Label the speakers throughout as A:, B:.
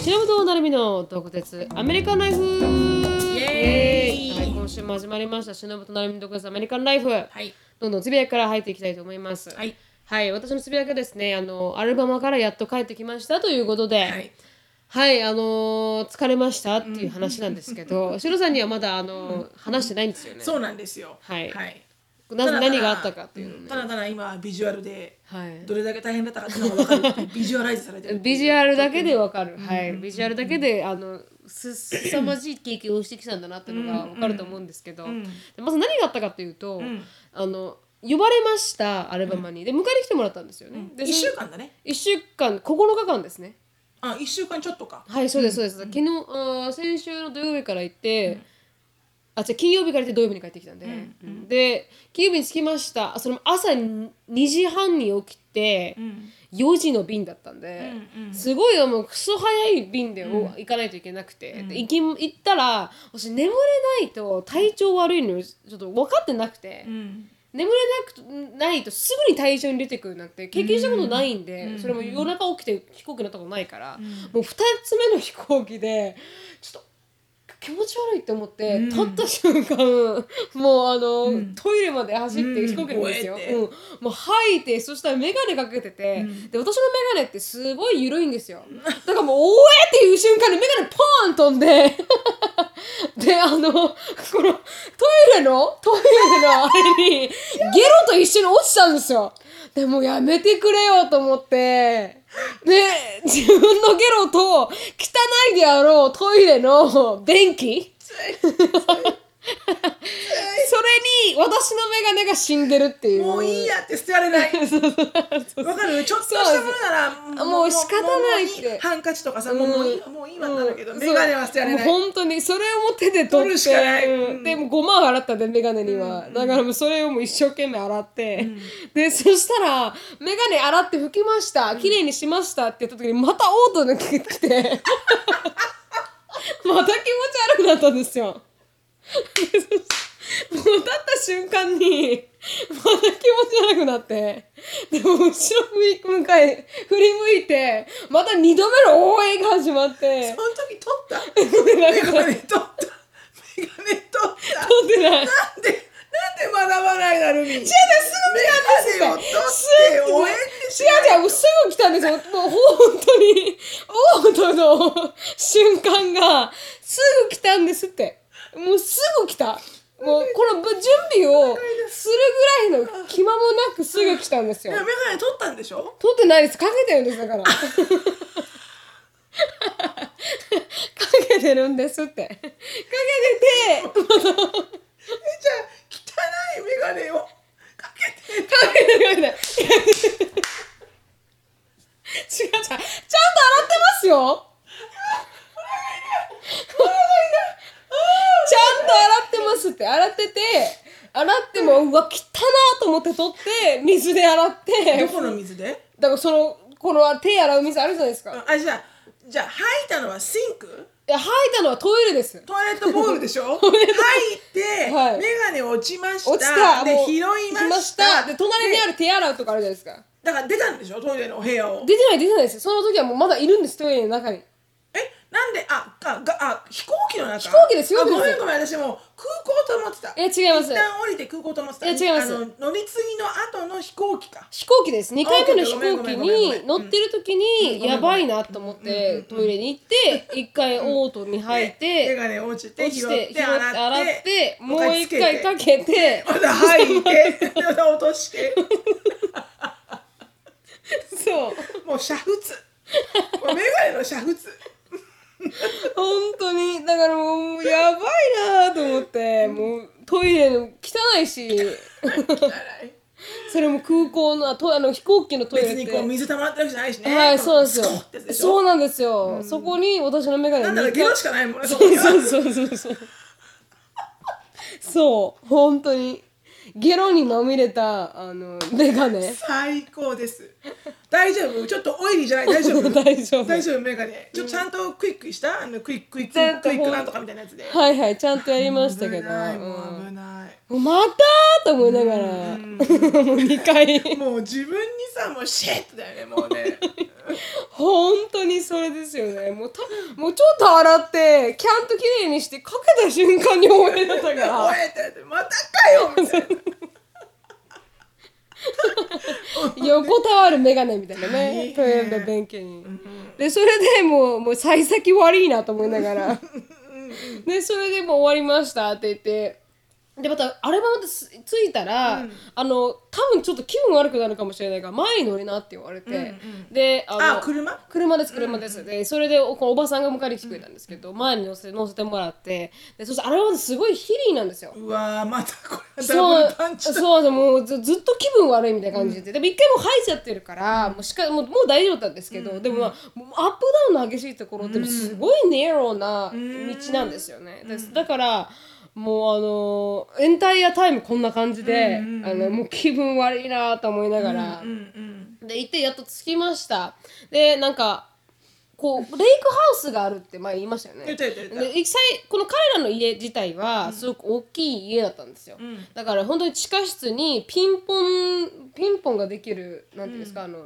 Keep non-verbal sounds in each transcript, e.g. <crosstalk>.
A: 神の毒舌アメリカンライフイ
B: エーイ
A: はい、今週も始まりました忍と並みの毒舌アメリカンライフ、
B: はい。
A: どんどんつぶやきから入っていきたいと思います
B: はい。
A: はい私のつぶやきはですねあのアルバムからやっと帰ってきましたということで
B: は
A: はい、
B: い。
A: あのー疲れましたっていう話なんですけどシロさんにはまだあのー話してないんですよね
B: そうなんですよ。
A: はい
B: はい。
A: な
B: ただただ
A: 何があったかっていうの
B: ん
A: ね
B: ただただ今ビジュアルで
A: はい
B: どれだけ大変だったかっていうのが分か
A: <laughs>
B: る。ビジュアライズされてる。
A: ビジュアルだけでわかる、はい、ビジュアルだけであのすすさまじい経験をしてきたんだなっていうのがわかると思うんですけど、
B: ん
A: でまず何があったかというと、
B: ん
A: あの呼ばれましたアルバムに、で迎えに来てもらったんですよね、で
B: 一週間だね。
A: 1週間9日間ですね
B: あ、一週間ちょっとか。
A: はいそうですそうです、昨日あー先週の土曜日から行って、あじゃ金曜日から行って土曜日に帰ってきたんで、で金曜日に着きましたその朝2時半に起きて、
B: ん。
A: 4時の便だったんで、
B: うんうん
A: すごいよもうクソ早い便で、お行かないといけなくて、で行き行ったら私眠れないと体調悪いのちょっと分かってなくて、
B: うん。
A: 眠れなくないとすぐに体調に出てくるなんて経験したことないんで、それも夜中起きて飛行機になったことないから、もう2つ目の飛行機でちょっと。気持ち悪いって思って、
B: うん
A: 立った瞬間もうあの、
B: うん
A: トイレまで走って
B: うん
A: 飛行機なんですよ、
B: 吠えて
A: うんもう吐いてそしたら眼鏡かけてて、
B: うん
A: で私の眼鏡ってすごい緩いんですよだからもう「おえ!」っていう瞬間に眼鏡ポーン飛んで <laughs> であのこのトイレのトイレのあれにゲロと一緒に落ちたんですよでもうやめてくれよと思ってで自分のゲロと汚いであろうトイレの電気それに私の眼鏡が死んでるっていう
B: もういいやって捨てられない。
A: <laughs> そうそうそう
B: わかるちょっとしたものなら
A: もう仕方ないって
B: もうもうハンカチとかさ、もうもういいもういいわなんだけど、
A: うん
B: メガネは捨てられ
A: そ
B: な
A: うもう
B: い。
A: 本当にそれを手で取って
B: 取るしかない
A: うん
B: うん
A: でも5万払ったんでメガネには、だからもうそれをもう一生懸命洗って、でそしたら「メガネ洗って拭きました綺麗にしました」って言った時にまたオート抜けて <laughs> きてまた気持ち悪くなったんですよ。でそもう立った瞬間にまた気持ち悪くなってでも後ろ向かい振り向いてまた2度目の応援が始まって
B: <laughs> その時
A: <laughs>
B: 取
A: ごめんなさい
B: った。メガネ取った。メガネ取った。
A: 飛んでない
B: なんで、なんで学ばないなるみ。違うね、すぐメガネを取って、応援ってしな
A: 違
B: い
A: う違うすぐ来たんですよもう本当にオートの瞬間がすぐ来たんですってもうすぐ来たもうこの準備をするぐらいの気間もなくすぐ来たんですよ
B: いやメガネ取ったんでしょ
A: 撮ってないですかけてるんです
B: <laughs>
A: だからかけてるんですってかけてて
B: えじゃあ、汚いメガネをかけて。
A: かけてるんだ違う違うちゃんと洗ってますよちゃんと洗ってますって洗ってて洗ってもうわ汚なと思って取って水で洗って
B: <laughs> どこの水で
A: だからそのこの手洗う水あるじゃないですか
B: あ、じゃあ、じゃあ、吐いたのはシンク
A: いや吐いたのはトイレです
B: トイレッ <laughs> トボールでしょ吐いて、
A: はい
B: メガネ落ちました。
A: 落ちた
B: で
A: も、う
B: 拾いました。
A: で隣にあ
B: る。
A: る手洗うとかあるじゃないですか
B: だから出たんでしょトイレのお部屋を。
A: 出てない出てないですよその時はもうまだいるんですトイレの中に
B: え、なんで、あ、あ、があ飛行機の中飛
A: 行機ですよ飛
B: ご
A: 行
B: め
A: 機
B: んごめん、私もう空港と思ってた。
A: え違いま
B: 一
A: す
B: 旦降りて空港と思ってた。
A: いや違います
B: あの乗り継ぎの後の飛行機か。
A: 飛行機です2回目の飛行機
B: ごめんごめんごめんごめん
A: に乗ってる時にやばいなと思ってトイレに行って一回オートに入っ
B: メ
A: て
B: ガネ落ちて、
A: 落
B: 拾
A: ち
B: って、
A: 拾ってて
B: 洗って、
A: 洗ってもう一
B: もう一回つけて
A: 回かけて
B: また吐
A: <laughs>
B: いて、 <laughs> また落として、 <laughs>
A: そう
B: もう煮沸。もうメガネの煮
A: <laughs>
B: 沸。
A: 本当にだからもうやばいなと思ってもうトイレの汚い
B: <laughs>
A: しそれも空港のあとあの飛行機のトイレって
B: 別にこう水溜まってるわけじゃないしね。
A: はい、そうなんです
B: スコッてやつで
A: よ。
B: しょ
A: そうなんですよ。そこに私のメガネ
B: なんだろう、
A: 二
B: ゲ
A: 回
B: ロしかないもんね。そこ
A: そう
B: には
A: そうそうそうそう。そう、本当に。ゲロにまみれた、あの、メガネ。
B: 最高です。大丈夫ちょっとオイリーじゃない大丈夫
A: <laughs> 大丈夫
B: 大丈夫メガネ。ちょっとちゃんとクイックしたあのクイッククイッ
A: ちゃん
B: ク
A: と
B: クイックなんとかみたいなやつで。
A: はいはい、ちゃんとやりましたけ
B: 危
A: ど。
B: ない、も
A: うん
B: う危ない。
A: またーと思いながら、もう2回
B: もう自分にさもうシェットだよねもうね
A: 本当にそれですよねもうたもうちょっと洗ってキャンと綺麗にしてかけた瞬間に思い出したか
B: 終
A: ら
B: えたってまたかよみたいな
A: <laughs> 横たわる眼鏡みたいなね
B: 大変
A: トヨタ弁慶に。でそれでもうもう幸先悪いなと思いながらでそれでもう終わりましたって言ってでまたアルバムです着いたら、あの多分ちょっと気分悪くなるかもしれないから前に乗りなって言われて、であの
B: あ車
A: 車です車です、でそれでおこのおばさんが迎えに来てくれたんですけど、前に乗せ乗せてもらってでそしてアルバムですごいヒリーなんですよ。
B: うわーまたこれ
A: そ
B: はダブ
A: う
B: ルパンチだ
A: そうそうもうずずっと気分悪いみたいな感じで、でも一回もう吐いちゃってるから、もうしかもうもう大丈夫だったんですけど、でも、まあ、もうアップダウンの激しいところってすごいネロな道なんですよね、ですだからもうあのーエンタイアタイムこんな感じで、あのもう気分悪いなと思いながら、
B: うんうん
A: で行ってやっと着きましたでなんかこうレイクハウスがあるって前言いましたよね
B: 言った言った言った
A: で実際この彼らの家自体はすごく大きい家だったんですよ、
B: ん
A: だから本当に地下室にピンポンピンポンができるなんていうんですか、あの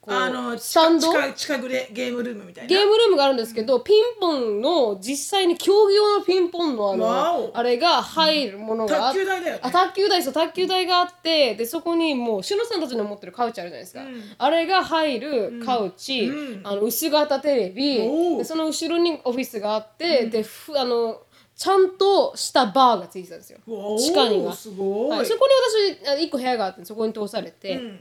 A: こう
B: あの
A: スタンド
B: 近近くでゲームルームみたいな
A: ゲームルームがあるんですけど、ピンポンの実際に競技用のピンポンのあ
B: わ
A: の
B: お
A: あれが入るものがあっ
B: 卓球台だよね
A: あ卓球台そう卓球台があってでそこにもうしのさんたちの持ってるカウチあるじゃないですか、あれが入るカウチ、あの薄型テレビ
B: おう
A: でその後ろにオフィスがあって、でふあのちゃんとしたバーがついてたんですよ
B: おー
A: 地下には。
B: すごい、
A: はい、そこに私あ1個部屋があってそこに通されて、
B: うん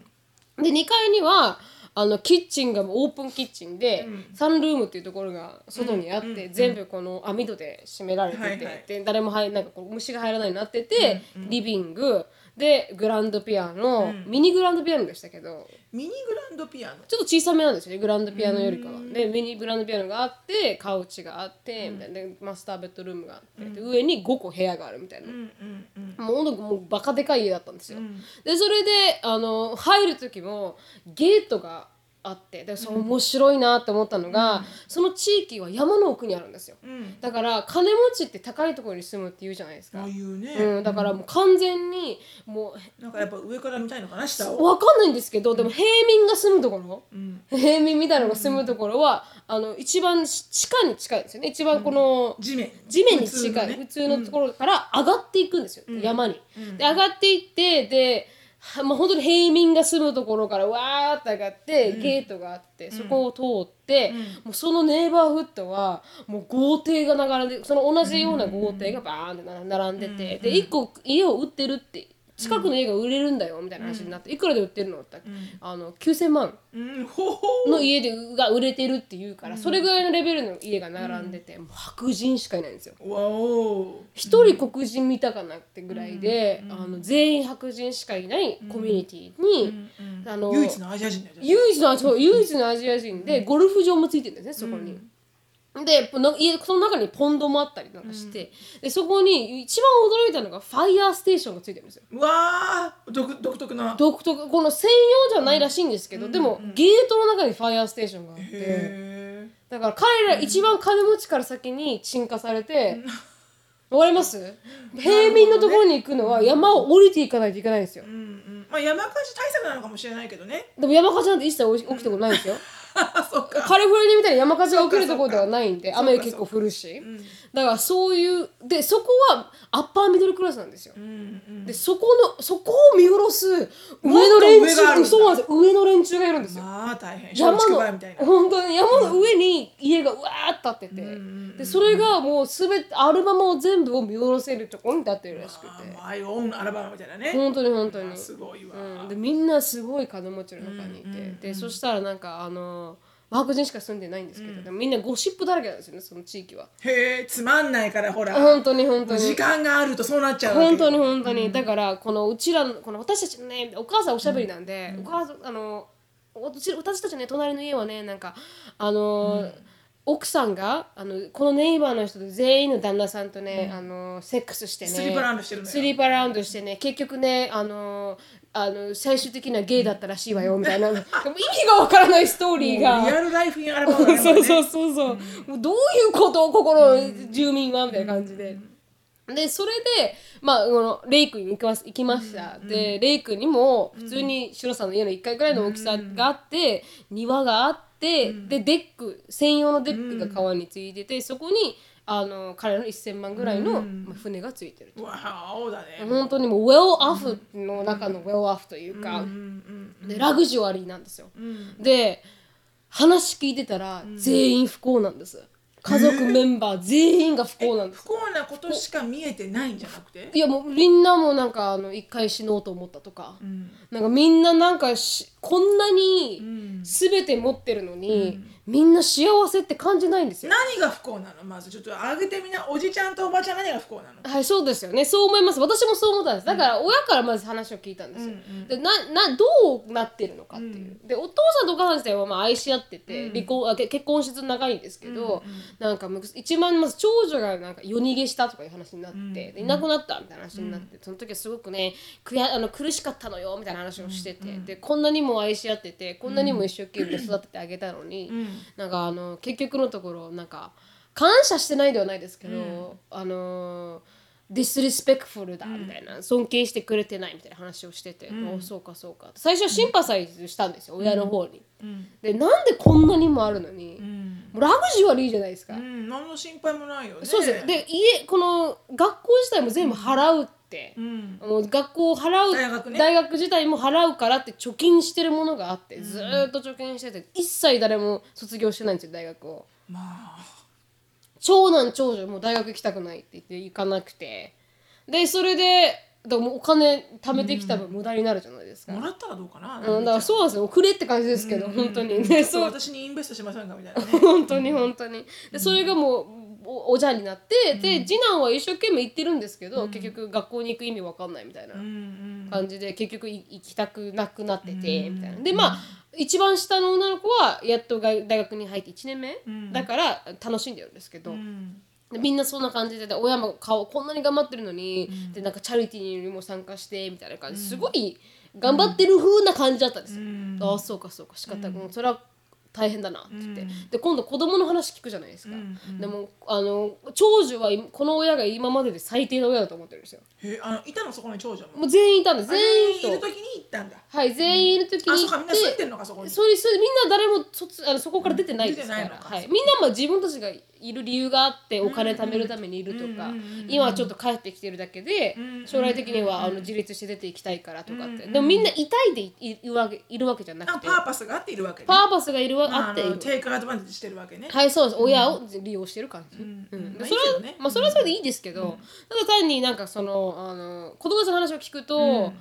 A: で2階にはあのキッチンがオープンキッチンで、サンルームっていうところが外にあって、全部この網戸で閉められてて、
B: はいはい
A: で誰も入なんかこう虫が入らないようになってて、リビングでグランドピアノ、ミニグランドピアノでしたけど
B: ミニグランドピアノ
A: ちょっと小さめなんですよねグランドピアノよりかは。でミニグランドピアノがあってカウチがあって、みたいなでマスターベッドルームがあって、で上に5個部屋があるみたいな。
B: うんうんうん
A: もう本当もうバカでかい家だったんですよ、でそれであの入る時もゲートがあってでそう面白いなって思ったのが、その地域は山の奥にあるんですよ、
B: ん
A: だから金持ちって高いところに住むって言うじゃないですか、
B: ああいうね、
A: うん、だからもう完全にもう
B: なんかやっぱ上から見たいのかな下を
A: わかんないんですけどでも平民が住むところ、
B: ん
A: 平民みたいなのが住むところは、あの一番し地下に近いんですよね一番この、
B: 地面
A: 地面に近い普通,、
B: ね
A: のところから上がっていくんですよ、山に、で上がっていってで、はまあ、本当に平民が住むところからわーって上がって、ゲートがあってそこを通って、もうそのネイバーフットはもう豪邸が流れてその同じような豪邸がバーンってな並んでて、で一個家を売ってるって近くの家が売れるんだよみたいな話になって、いくらで売ってるのって、あの9,000万。
B: うんほほ
A: の家でが売れてるっていうから、それぐらいのレベルの家が並んでて、もう白人しかいないんですよ
B: わお
A: 一人黒人見たかなってぐらいで、あの全員白人しかいないコミュニティに、あの
B: 唯一のアジア人だよね
A: 唯一のそう唯一のアジア人で、ゴルフ場もついてるんですねそこに。でな家その中にポンドもあったりなんかして、でそこに一番驚いたのがファイヤーステーションがついてるんですよ。
B: うわー独独特な
A: 独特この専用じゃないらしいんですけど、でもゲートの中にファイヤーステーションがあって。
B: へ
A: だから彼ら一番金持ちから先に沈下されて、わかります平民のところに行くのは山を降りていかないといけないんですよ
B: ー、うんうんまあ山火事対策なのかもしれないけどね <laughs>
A: でも山火事なんて一切起きたことないんですよ
B: あそうか
A: カリフォルニアみたいに山火事が起きるところではないんで
B: っか
A: 雨結構降るし、だからそういうでそこはアッパーミドルクラスなんですよ、
B: うんうん
A: でそこのそこを見下ろす上の連
B: もっと上がある
A: 中
B: んだ
A: そうなんですよ上の連中がいるんですよ
B: まあ大変
A: 山
B: 松竹梅
A: の
B: みたいな
A: 本当に山の上に家がうわーっと立ってて、でそれがもうすべてアルバムを全部を見下ろせるところに立ってるらしくて
B: あーマイオンアラバマみたいなね
A: 本当に本当に、
B: すごいわ
A: うん、でみんなすごい金持ちの中にいて、でそしたらなんかあの白人しか住んでないんですけど、でもみんなゴシップだらけなんですよねその地域は
B: へえつまんないからほら
A: 本当に本当に
B: 時間があるとそうなっちゃうわけ
A: 本当に本当に、だからこのうちらのこの私たちのねお母さんおしゃべりなんで、お母さんあのおうち私たちのね隣の家はねなんかあのー、奥さんがあのこのネイバーの人と全員の旦那さんとね、あのーセックスしてね
B: スリーパラウンドしてるのよ
A: スリーパラウンドしてね結局ねあのーあの最終的にはゲイだったらしいわよみたい
B: <laughs>
A: なでも意味がわからないストーリー
B: リ
A: が
B: アルライフインアラバマだ
A: そう
B: ね
A: そうそうそう、もうどういうことを心の住民はみたいな感じで、でそれで、まあ、このレイクに行きます行きました、でレイクにも普通にシロさんの家の1階ぐらいの大きさがあって、庭があって、でデック専用のデックが川についてて、そこにあの彼の1,000万ぐらいの、まあ、船がついてると、
B: わあ青だね
A: 本当にもうウェルアフの中のウェルアフというか、
B: うん
A: でラグジュアリーなんですよ、
B: うんうん
A: で話聞いてたら全員不幸なんです、家族メンバー全員が不幸なんです
B: 不幸なことしか見えてないんじゃなくて
A: いやもうみんなもなんかあの一回死のうと思ったとか、
B: うん
A: なんかみんななんかしこんな
B: う
A: に
B: ん
A: 全て持ってるのに、みんな幸せって感じないんですよ。
B: 何が不幸なのまずちょっと上げてみなおじちゃんとおばちゃん何が不幸なの
A: はいそうですよねそう思います私もそう思ったんですだから親からまず話を聞いたんですよ、
B: うんうん
A: でななどうなってるのかっていう、でお父さんとお母さん自体はまあ愛し合ってて、離婚あけ結婚して長いんですけど、なんかむ一番まず長女がなんか夜逃げしたとかいう話になって、でいなくなったみたいな話になって、その時はすごくねくやあの苦しかったのよみたいな話をしてて、でこんなにも愛し合っててこんなにも一生懸命育ててあげたのに、なんかあの結局のところなんか感謝してないではないですけど、あのディスリスペクフルだみたいな、尊敬してくれてないみたいな話をしてて、おそうかそうか最初はシンパサイズしたんですよ、親の方に。
B: うん
A: でなんでこんなにもあるのに、
B: う
A: も
B: ん
A: うラグジュアリーじゃないですか。
B: 何の心配もないよね
A: そうですねで家この学校自体も全部払うって、
B: うん
A: もう学校を払う
B: 大学ね
A: 自体も払うからって貯金してるものがあって、ずーっと貯金してて一切誰も卒業してないんですよ大学を。
B: まあ
A: 長男長女もう大学行きたくないって言って行かなくてでそれでだからもうお金貯めてきた分無駄になるじゃないですか、
B: もらったらどうかな
A: うん、だからそうなんですよくれって感じですけど、本当にね
B: ちょ
A: そう
B: っと私にインベストしませんかみたいなね
A: 本当に本当にでそれがもうおおじゃんになってで次男は一生懸命行ってるんですけど、結局学校に行く意味わかんないみたいな
B: うんうん
A: 感じで、結局い行きたくなくなってて、みたいなでまあ一番下の女の子はやっとが大学に入って1年目、
B: ん
A: だから楽しんでるんですけど、
B: うん
A: でみんなそんな感じでで親も顔こんなに頑張ってるのに、でなんかチャリティーにも参加してみたいな感じ、すごい頑張ってる風な感じだったんですよ。
B: うん
A: ああそうかそうか仕方なく、それは大変だなって言って、で今度子供の話聞くじゃないですか、
B: うん
A: でもあの長女は今この親が今までで最低の親だと思ってるんですよ
B: へあのいたのそこに長女も
A: もう全員いたんです全員
B: いる
A: と
B: 時に行ったんだ
A: はい全員いる時
B: あ
A: に
B: そ
A: 行
B: うかみ
A: っ
B: んな住んで
A: て
B: んのかそこに
A: それそれみんな誰も卒あのそこから出てないですから
B: 出てないのか
A: はい、みんなまあ自分たちがいる理由があってお金貯めるためにいるとか、
B: うんうんうんうん
A: 今はちょっと帰ってきてるだけで、
B: うん
A: 将来的にはあの自立して出ていきたいからとかって、
B: うんうん
A: でもみんな痛いでいいいるわけいるわけじゃな
B: あ
A: くて
B: パーパスがあっているわけね
A: パーパスがいるわ、あ、ってい
B: の
A: る。
B: テイクアドバンテージしてるわけね
A: はい、そうです。親を利用してる感じ。
B: ん
A: うん
B: まあ
A: それ
B: いいけ
A: は
B: どね
A: まあそれはそれでいいですけど、ただ単になんかそのあの子供たちの話を聞くと、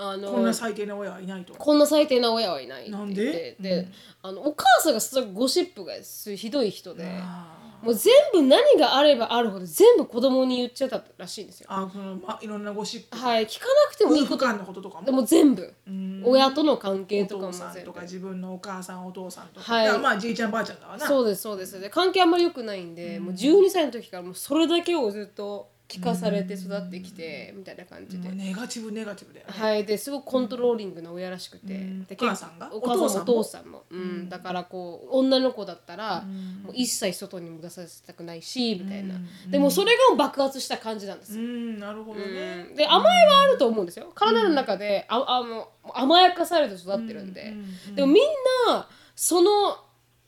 A: あの
B: こんな最低な親はいないと
A: こんな最低な親はいないって言
B: な
A: っ
B: ん
A: て
B: で
A: で、あのお母さんがすごいゴシップがすひどい人で、
B: あ
A: もう全部何があればあるほど全部子供に言っちゃったらしいんですよ。
B: あこのまいろんなゴシップ
A: はい、聞かなくてもい
B: 夫
A: いこ
B: 婦
A: と、
B: 間のこととか
A: でも
B: も
A: 全部、
B: うん
A: 親との関係
B: お
A: とかも
B: 父さん
A: 全
B: と
A: 部
B: か。自分のお母さんお父さんとか
A: はい
B: だからまあじいちゃんばあちゃんだわな
A: そうですそうですで関係あんまり良くないんで、もう12歳の時からもうそれだけをずっと聞かされて育ってきて、みたいな感じで、
B: もうネガティブネガティブだよね
A: はいですごくコントローリングな親らしくて、
B: ん
A: で
B: お母さんが
A: お母さんもお
B: お
A: 父
B: 父
A: さんも、うんだからこう女の子だったら、もう一切外にも出させたくないしみたいな、でもそれが爆発した感じなんですよ
B: うんなるほどね
A: で甘えはあると思うんですよ体の中でああの甘やかされて育ってるんで、でもみんなその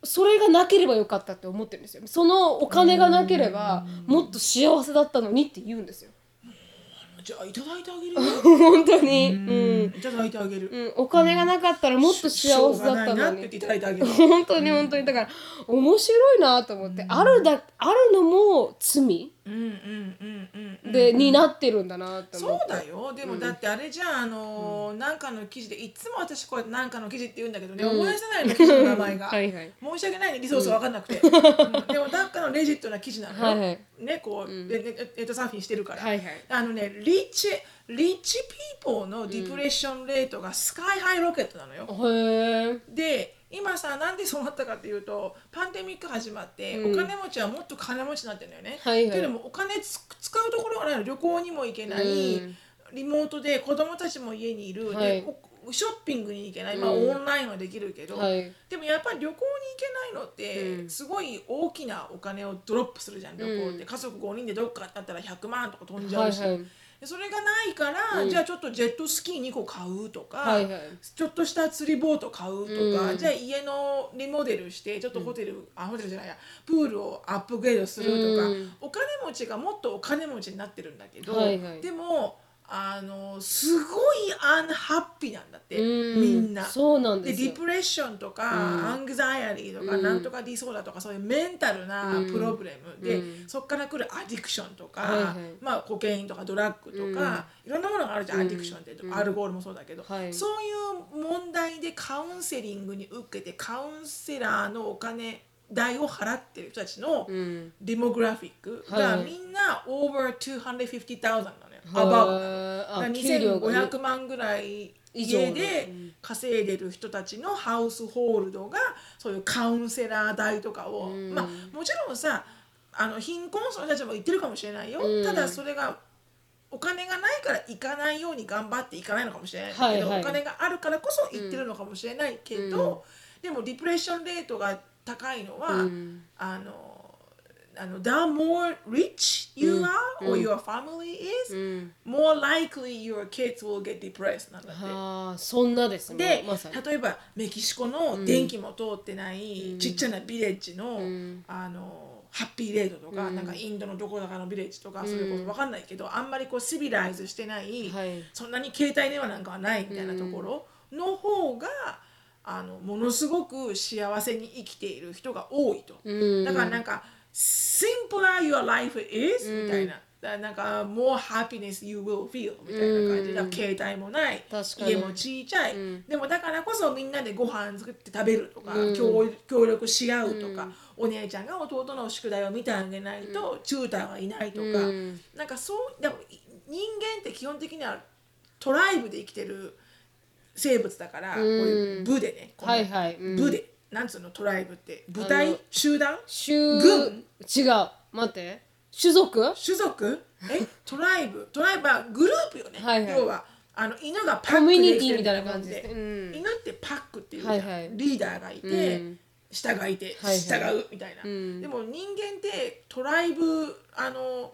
A: それがなければよかったって思ってるんですよそのお金がなければもっと幸せだったのにって言うんですよ <laughs>
B: じゃあいただいてあげるよ
A: 本当にうん、
B: いただいてあげる
A: うん、お金がなかったらもっと幸せだった
B: しょうがないな
A: の
B: って言
A: に
B: っていただいてあげる
A: <laughs> 本当に本当にだから面白いなと思って、あるだあるのも罪
B: うんうんうんうんうん
A: で、になってるんだなって思
B: そ
A: っ
B: うだよでもだってあれじゃん、あのーなんかの記事でいつも私こうやってなんかの記事って言うんだけどね、思い出せないの記事の名前が
A: はいはい
B: 申し訳ないねリソースが分かんなくて、うんでもなんかのレジットな記事なのよ、
A: はいはい
B: ねこう、でねネットサーフィンしてるから、
A: はいはい
B: あのねリッチリッチピーポーのディプレッションレートがスカイハイロケットなのよ、
A: てへえ
B: で今さなんでそうなったかっていうとパンデミック始まって、お金持ちはもっと金持ちになってるんだよね。
A: はいはい
B: というのもお金つ使うところがないの旅行にも行けない、
A: うん
B: リモートで子供たちも家にいる、
A: はい
B: でおショッピングに行けない、まあ、
A: うん
B: オンラインはできるけど、
A: はい
B: でもやっぱり旅行に行けないのっ
A: う
B: て
A: ん
B: すごい大きなお金をドロップするじゃん旅行って、
A: うん
B: 家族5人でどっかだったら100万とか飛んじゃ
A: は
B: う
A: い
B: し、
A: はい
B: でそれがないから、
A: うん
B: じゃあちょっとジェットスキー2個買うとか、
A: はいはい
B: ちょっとした釣りボート買うとか、
A: うん
B: じゃあ家のリモデルしてちょっとホテル、あホテルじゃないやプールをアップグレードするとか、
A: うん
B: お金持ちがもっとお金持ちになってるんだけど、
A: はいはい
B: でもあのすごいアンハッピーなんだって、
A: うん
B: みんな。
A: そうなんで
B: でデ
A: すよ
B: ィプレッションとか、
A: うん
B: アングザイアリーとか、
A: うん
B: なんとかディソーダとかそういうメンタルな
A: うん
B: プロブレムで、
A: うん
B: そこから来るアディクションとか、
A: はいはい
B: まあ、コケインとかドラッグとか、いろんなものがあるじゃん、
A: うん
B: アディクションって、
A: うん
B: アルコールもそうだけど、
A: はい
B: そういう問題でカウンセリングに受けてカウンセラーのお金代を払ってる人たちの
A: うん
B: デモグラフィック
A: はい
B: が
A: はい
B: みんな over 250,000なの
A: は
B: よ、above なの。
A: あ
B: だから
A: 給料が
B: 2500万ぐらい
A: 以上の
B: 家で稼いでる人たちのハウスホールドがそういうカウンセラー代とかを、
A: うん
B: まあもちろんさあの貧困層の人たちも言ってるかもしれないよ、
A: うん
B: ただそれがお金がないから行かないように頑張って行かないのかもしれないけど、
A: はいはい
B: お金があるからこそ行ってるのかもしれないけど、でもディプレッションレートが高いのは、
A: うん
B: あのあの the more rich you
A: うん
B: are、
A: う
B: or
A: ん
B: your family is、
A: うん、
B: more likely your kids will get depressed なんだって。
A: はあそんなですね
B: で、
A: まさに
B: 例えばメキシコの電気も通ってない、
A: うん
B: ちっちゃなビレッジの,、
A: うん
B: あのハッピーレードとか、
A: うん
B: なんかインドのどこだかのビレッジとか、
A: うん
B: それこそ分かんないけどあんまりこうシビライズしてない、
A: はい
B: そんなに携帯電話なんかはないみたいなところの方があのものすごく幸せに生きている人が多いと。
A: うん
B: だからなんか、simpler your life is、
A: うん
B: みたいな。だからなんか、more happiness you will feel みたいな感じで、
A: うん
B: 携帯もない、
A: 確かに
B: 家もちいちゃい、
A: うん
B: でもだからこそみんなでご飯作って食べるとか、
A: うん
B: 協協力し合うとか、お姉ちゃんが弟の宿題を見てあげないと、チューターがいないとか、
A: うん
B: なんかそう、でも人間って基本的にはトライブで生きてる生物だから、こういう部でね、この
A: はいはいうん
B: 部で、なんつうのトライブって、部
A: あ
B: 隊
A: の
B: 集団
A: 種
B: 軍
A: 違う待って種族は
B: 種族えトライブトライブはグループよね、
A: はいはい
B: 要はあの犬が
A: コ
B: パック
A: ミュ
B: で
A: ニテ
B: 生きて
A: ィ
B: る
A: みたいな感じですね
B: みたいなもん
A: う
B: で
A: ん
B: 犬ってパックっていうじゃん、
A: はいはい
B: リーダーがいて、
A: うん
B: 下がいて、
A: はいはい
B: 従うみたいな、
A: うん
B: でも人間ってトライブあの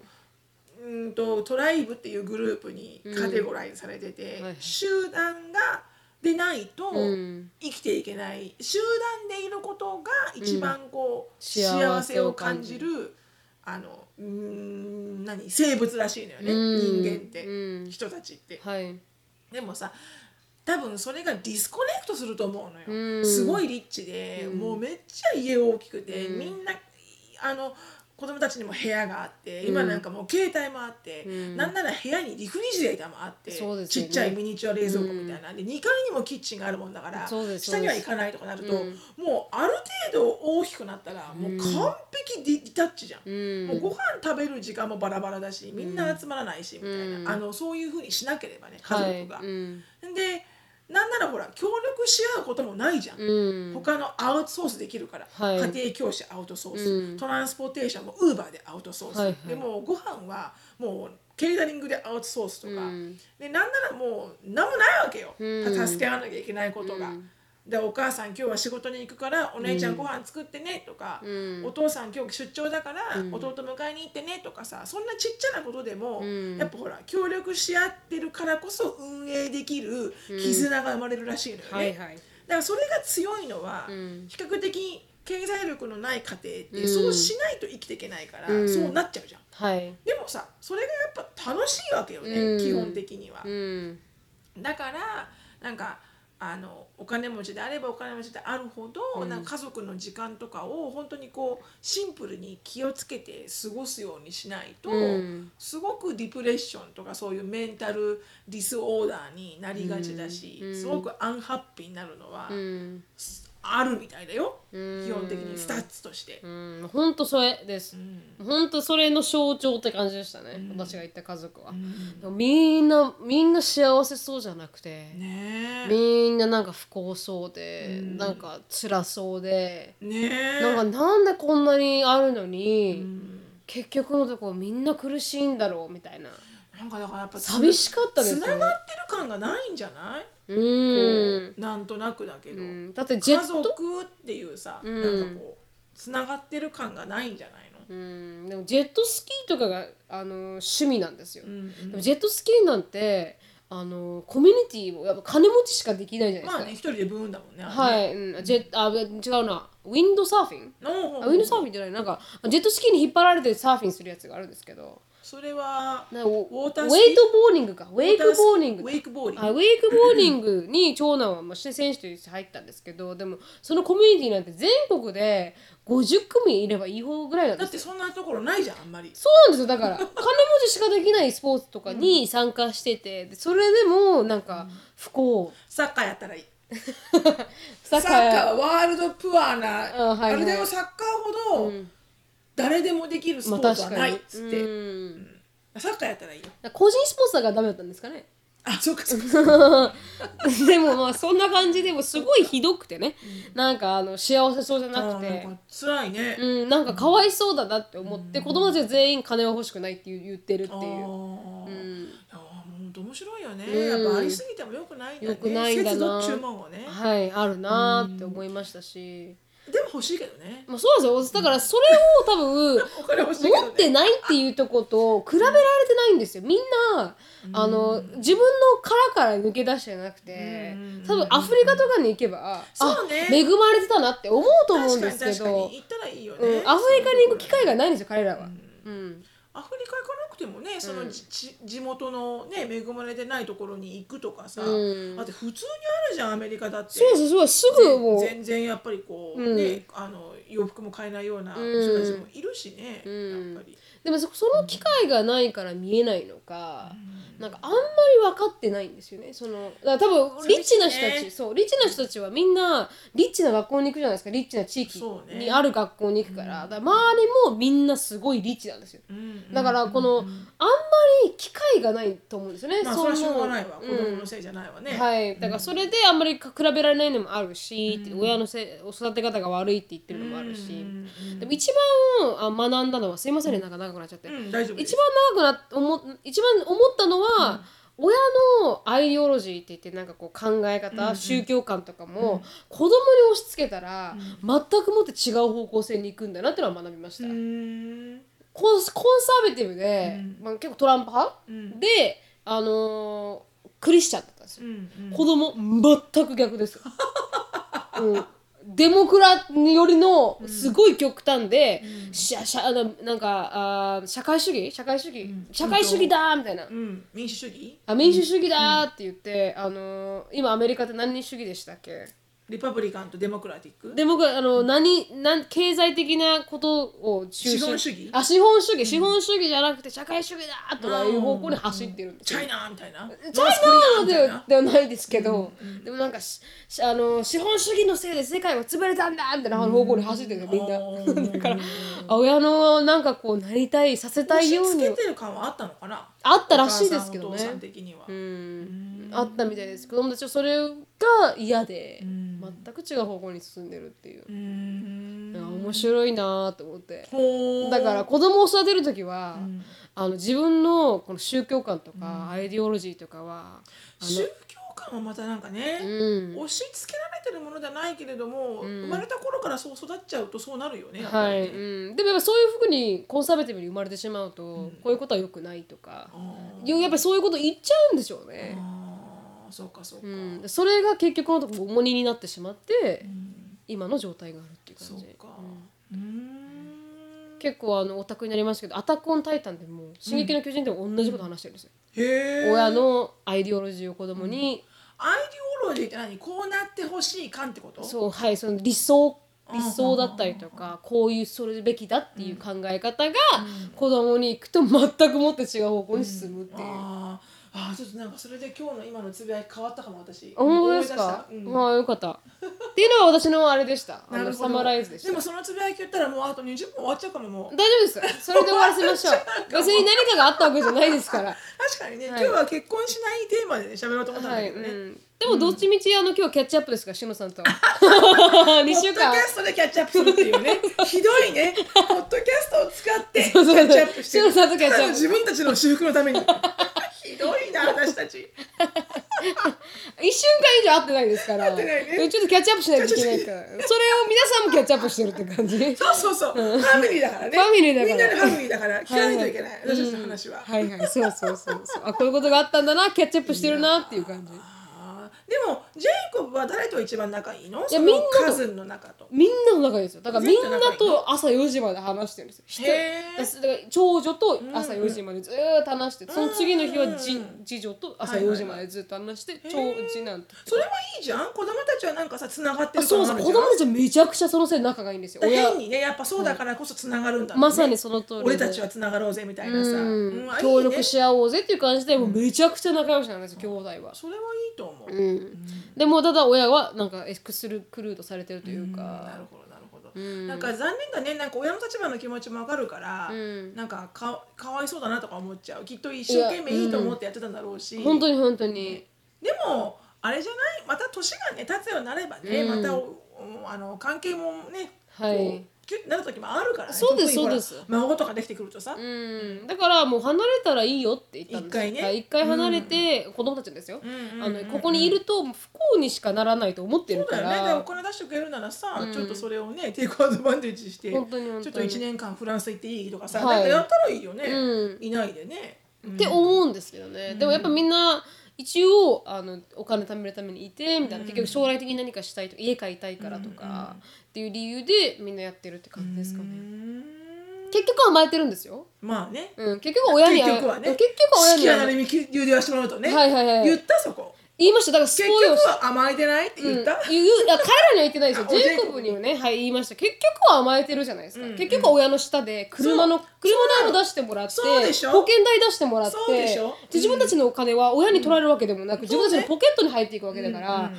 B: うーんとトライブっていうグループにカテゴライズされてて、
A: うんはいはい
B: 集団がでないと
A: うん
B: 生きていけない、集団でいることが一番こう、
A: 幸せ
B: 幸せを感じるあのうーん何生物らしいのよね、
A: うん
B: 人間って、
A: うん
B: 人たちって。
A: はい
B: でもさ多分それがディスコネクトすると思うのよ、
A: うん
B: すごいリッチで、
A: うん
B: もうめっちゃ家大きくて、
A: うん
B: みんなあの子供たちにも部屋があって今なんかもう携帯もあって、
A: うん
B: なんなら部屋にリフリジレーターもあって、
A: そうです
B: ち
A: よ
B: っ
A: ね
B: ちゃいミニチュア冷蔵庫みたいな、で2階にもキッチンがあるもんだから
A: そうです
B: 下には行かないとかなると、
A: うん
B: もうある程度大きくなったらもう完璧ディディタッチじゃん
A: う
B: もうんご飯食べる時間もバラバラだしみんな集まらないし、みたいな、
A: うん
B: あのそういうふうにしなければね家族が。
A: はいうん
B: でなんならほら協力し合うこともないじゃん、
A: うん
B: 他のアウトソースできるから、
A: はい
B: 家庭教師アウトソース、
A: うん
B: トランスポーテーションもウーバーでアウトソース、
A: はいはい
B: でもうご飯はもうケータリングでアウトソースとか、
A: うん
B: でなんならもう何もないわけよ、
A: うん
B: 助け合わなきゃいけないことが。
A: うん
B: でお母さん今日は仕事に行くからお姉ちゃんご飯作ってねとか、
A: うん
B: お父さん今日出張だから
A: うん
B: 弟迎えに行ってねとかさそんなちっちゃなことでも、
A: うん
B: やっぱほら協力し合ってるからこそ運営できる絆が生まれるらしいのよね、
A: はいはい
B: だからそれが強いのは、
A: うん
B: 比較的経済力のない家庭って、
A: うん
B: そうしないと生きていけないから、
A: うん
B: そうなっちゃうじゃん
A: はい
B: でもさそれがやっぱ楽しいわけよね、
A: うん
B: 基本的には
A: う。ん
B: だからなんかあのお金持ちであればお金持ちであるほど、
A: うん
B: なんか家族の時間とかを本当にこうシンプルに気をつけて過ごすようにしないと、
A: うん
B: すごくディプレッションとかそういうメンタルディスオーダーになりがちだし、
A: うん
B: すごくアンハッピーになるのは
A: うん
B: あるみたいだよ、
A: うん
B: 基本的にスタッツとして。
A: うん本当それです
B: うん
A: 本当それの象徴って感じでしたね
B: うん
A: 私が言った家族は
B: うん
A: でもみんなみんな幸せそうじゃなくて
B: ねえ
A: みんななんか不幸そうで、
B: うん
A: なんか辛そうで、
B: ねえ
A: なんかなんでこんなにあるの
B: う
A: に、
B: ん
A: 結局のところみんな苦しいんだろうみたいな
B: なんなんかだからやっぱつ
A: 寂しかったです
B: つ
A: ね
B: ながってる感がないんじゃな
A: う
B: い、
A: ん
B: こうなんとなくだけど、
A: うんだってジェッ
B: 家
A: ト
B: 族っていうさ、
A: うん
B: なんかこうつながってる感がないんじゃないの、
A: うんでもジェットスキーとかがあの趣味なんですよ、
B: うんうん
A: でもジェットスキーなんてあのコミュニティをやっぱ金持ちしかできないじゃないです
B: ま
A: か、
B: あね一人でブーンだもんね
A: はいい、うん、ジェあ違うなウィンドサーフィン
B: の
A: あウィンドサーフィンじゃないなんかジェットスキーに引っ張られてサーフィンするやつがあるんですけど
B: それは
A: なお
B: ウォーター
A: ウ
B: スキー
A: ェイトボーリングかウェイクボーリング
B: ウェイクボーリン
A: あウ
B: グ
A: ェイクボーリングに長男はまあして選手として入ったんですけどでもそのコミュニティなんて全国で50組いればいい方ぐらいなん
B: だ
A: で
B: っ
A: す
B: てそんなところないじゃんあんまり
A: そうなんですよだから
B: <laughs>
A: 金持ちしかできないスポーツとかに参加しててでそれでもなんか不幸
B: サッカーやったらいい
A: サ
B: サ
A: ッ
B: ッ
A: カ
B: カ
A: ー
B: ーワールドプアな、
A: あはいはい
B: あれだよサッカーほど誰でもできるスポ
A: まあ
B: ーツ
A: 確
B: は
A: か
B: ない
A: に
B: っつって、
A: うん
B: サッカーやったらいいよ
A: 個人スポーツだからダメだったんですかね <laughs>
B: あそうかそうか
A: でもまあそんな感じでもすごいひどくてね、なんかあの幸せそうじゃなくて
B: あーなんか辛いね、
A: うん、なんかかわいそうだなって思って、子供たちは全員金は欲しくないって言う言ってるって
B: あ
A: いう、
B: ー
A: うん、
B: いやーもう面白いよね、
A: うん
B: やっぱありすぎてもよくないんだね
A: 良くないんだな
B: 節度っちゅうもんをね
A: はいあるなーって思いましたし、
B: でも欲しいけどね
A: まあ、そうなんですよだからそれを多分
B: お金欲しいけど、ね、
A: 持ってないっていうとこと比べられてないんですよみんなあの自分の殻から抜け出してなくて
B: うん
A: 多分アフリカとかに行けば、
B: そうね
A: あ恵まれてたなって思うと思うん
B: 確か
A: で
B: に
A: すけ
B: 確か
A: ど
B: に、行ったらいいよね、
A: うん、アフリカに行く機会がないんですよ彼らは。うん
B: アフリカ行かなくてもねそのじ、ち地元のね恵まれてないところに行くとかさ、
A: うん
B: だって普通にあるじゃんアメリカだって
A: そうそうそうすぐもう
B: 全然やっぱりこう、
A: うん
B: ねあの洋服も買えないような
A: うん
B: 人たちもいるしね、
A: うん
B: やっぱり、
A: でもそその機会がないから見えないのか、なんかあんまり分かってないんですよねそのだから多分リッチな人た
B: 寂し
A: ち、
B: いね
A: そうリッチな人たちはみんなリッチな学校に行くじゃないですかリッチな地域
B: そうね
A: にある学校に行くから,、だから周りもみんなすごいリッチなんですよ
B: うん
A: だからこの、あんまり機会がないと思うんですよね、
B: まあそれはしょうがないわ、
A: うん
B: 子供のせいじゃないわね、
A: はい、だからそれであんまりか比べられないのもあるし、って親のせい育て方が悪いって言ってるのもあるし、
B: うん
A: でも一番あ学んだのはすいませんねなんか長くなっちゃって、
B: うん、大丈夫です
A: 一番長くな思一番思ったのは、親のアイデオロジーって言ってなんかこう考え方、
B: うんうん
A: 宗教観とかも、子供に押し付けたら、全くもって違う方向性に行くんだなってのは学びました、
B: うん
A: コンコンサバティブで、
B: うん
A: まあ、結構トランプ派、
B: うん
A: で、あのークリスチャンだったんですよ、
B: うん
A: 子供全く逆
B: <laughs>
A: ですよ、うん、デモクラによりのすごい極端で、しゃしゃあのなんかあー社会主義社会主義、
B: ん
A: 社会主義だーみたいな、
B: うん、民主主義
A: あ民主主義だーって言って、あのー今アメリカって何主義でしたっけ
B: リパブリカンとデモクラティック
A: で僕あの何何経済的なことを中心
B: 資本主義
A: あ資本主義資本主義じゃなくて社会主義だーとかいう方向に走ってるんです
B: チ
A: よ
B: ャイナみたいな
A: チャイナーではではないですけど、でもなんかししあの資本主義のせいで世界は潰れたんだみたいな方向に走ってるよみんな <laughs> だから親のなんかこうなりたいさせたい
B: 対
A: よう
B: 応つ
A: に
B: けてる感はあったのかな
A: あったらしいですけど
B: お母さんお父さん
A: ね
B: 的には、
A: うんあったみたいです子供たちはそれが嫌で全く違う方向に進んでるっていう
B: うーん
A: いや面白いなと思って
B: ほー
A: だから子供を育てる時はあの自分のこの宗教観とかアイデオロジーとかはあの
B: 宗教観はまたなんかね、
A: うん
B: 押し付けられてるものじゃないけれども、生まれた頃からそう育っちゃうとそうなるよねやっぱ
A: は
B: り
A: い
B: ね
A: うん、でもやっぱそういうふうにコンサバティブに生まれてしまうと、こういうことは良くないとかよやっぱりそういうこと言っちゃうんでしょうね、
B: あーそうかそうか、
A: うん、でそれが結局のとこ重荷になってしまって、今の状態があるっていう
B: そ
A: 感じ
B: うかうーん
A: 結構あのオタクになりますけど「アタック・オン・タイタン」でも「進撃の巨人」でも同じこと話してるんですよ、
B: へえ
A: 親のアイデオロジーを子供に、
B: アイデオロジーって何こうなってほしい感ってこと
A: そうはいその理想理想だったりとかこういうそれべきだっていう考え方が子供に行くと全くもって違う方向に進むっていう。
B: あーあーちょっとなんかそれで今日の今のつぶやき変わったかも私
A: あ本当
B: 思
A: で
B: い出
A: す
B: し
A: か
B: た、うん
A: まあよかったっていうのが私のあれでしたあ
B: <laughs> な
A: の
B: るほど
A: サマライズでした
B: もそのつぶやき言ったらもうあと20分終わっちゃうかもも
A: 大
B: う
A: 丈夫ですそれで終わらせま
B: <laughs>
A: しょう別に何かがあったわけじゃないですから
B: 確かにね、
A: はい
B: 今日は結婚しないテーマでね喋ろうと思ったん
A: は
B: だ
A: い、
B: けどね、
A: うん、でもどっちみちあの今日キャッチアップですからしのさん <laughs> と二
B: ポ
A: 週
B: ッドキャ
A: 間
B: ストでキャッチアップするっていう
A: <laughs>
B: ねひどいねポッドキャストを使ってキ
A: そうそう
B: ャッチアップして
A: そうそうそうキャッチアップ <laughs>
B: 自分たちの私服のためにひどいな私たち
A: 一週間以上会ってないですから
B: 会ってないね
A: でちょっとキャッチアップしないといけないからそれを皆さんもキャッチアップしてるって感じ <laughs>
B: そうそうそうファミリーだからね
A: ファミリーだから
B: みんなでファミリーだから聞かないといけない
A: はは
B: 私たちの話は、
A: うんはいはいそうそうそうそうあこういうことがあったんだなキャッチアップしてるなっていう感じ
B: あーでもジェイコブは誰と一番仲いいのそ
A: みん
B: の
A: なと
B: カズンの中と
A: みんなの仲いいですよだからみんな
B: 全部仲いい
A: と朝4時まで話してるんですよ一人
B: へ
A: だ
B: ー
A: から長女と朝4時までずーっと話してその次の日はじ
B: うんうん
A: 次女と朝4時までずっと話して長次男と
B: それもいいじゃん子供たちはなんかさつながって
A: あ
B: る感
A: そう
B: あ
A: そう
B: る
A: 子
B: じゃん
A: 供たちはめちゃくちゃそのせいで仲がいいんですよ
B: だから
A: 親
B: 変にねやっぱそうだからこそつながるんだろうね
A: まさにその通りで
B: 俺たちはつながろうぜみたいなさ、
A: うん
B: うんあいいね
A: 協力し合おうぜっていう感じでもうめちゃくちゃ仲良しなんですよ兄弟は。
B: それはいいと思う、
A: うんでもただ親はなんかエクスルクルードされてるという
B: な
A: か
B: るほどなるほど、なんか残念だねなんか親の立場の気持ちもわかるから、なんかかかわいそうだなとか思っちゃうきっと一生懸命いいと思ってやってたんだろうし、
A: 本当に本当に
B: でもあれじゃないまた年がね経つようになればね、またおおあの関係もね、
A: はい
B: こうキュッてなる時もあるからね、
A: そうです
B: 特にほら
A: そうです
B: 孫とかできてくるとさ、
A: うんだからもう離れたらいいよって言ったんです
B: 一回ね
A: はい一回離れて子供たちですよ
B: んうん
A: あのここにいると不幸にしかならないと思って
B: そ
A: る
B: うだ
A: か
B: よね、だからお
A: ら
B: 金出してくれるならさ、ちょっとそれをねテイクアドバンテージして
A: 本当に本当に
B: ちょっと1年間フランス行っていいとかさ、
A: はい
B: なんかやったらいいよね、
A: う
B: いないでね、
A: って思うんですけどねでもやっぱみんな一応あのお金貯めるためにいてみたいな結局将来的に何かしたいとか家買いたいからとかっていう理由でみんなやってるって感じですか
B: うー
A: ね
B: ん
A: 結局甘えてるんですよ
B: まあね
A: うん、結局親に
B: 結局はね
A: 結局親
B: 好
A: に
B: きやなりみき流ではしてもらうとね、
A: はいはいはい
B: 言ったそこ
A: 言いましただからスポ
B: 結
A: イを
B: 局は甘えてないって言
A: 言
B: っ
A: う
B: た、
A: いや彼らには言ってないですよ
B: あ
A: ジェイ
B: ジェイ
A: コ
B: コ
A: ブ
B: ブ
A: に
B: に
A: はねはい言いました結局は甘えてるじゃないですか、結局は親の下で車の
B: そう
A: 車代も出してもらって
B: そ
A: 保
B: うなのそうでしょ
A: 険代出してもらって
B: そうでしょ
A: で自分たちのお金は親に取られるわけでもなく、自分たちのポケットに入っていくわけだから、そんな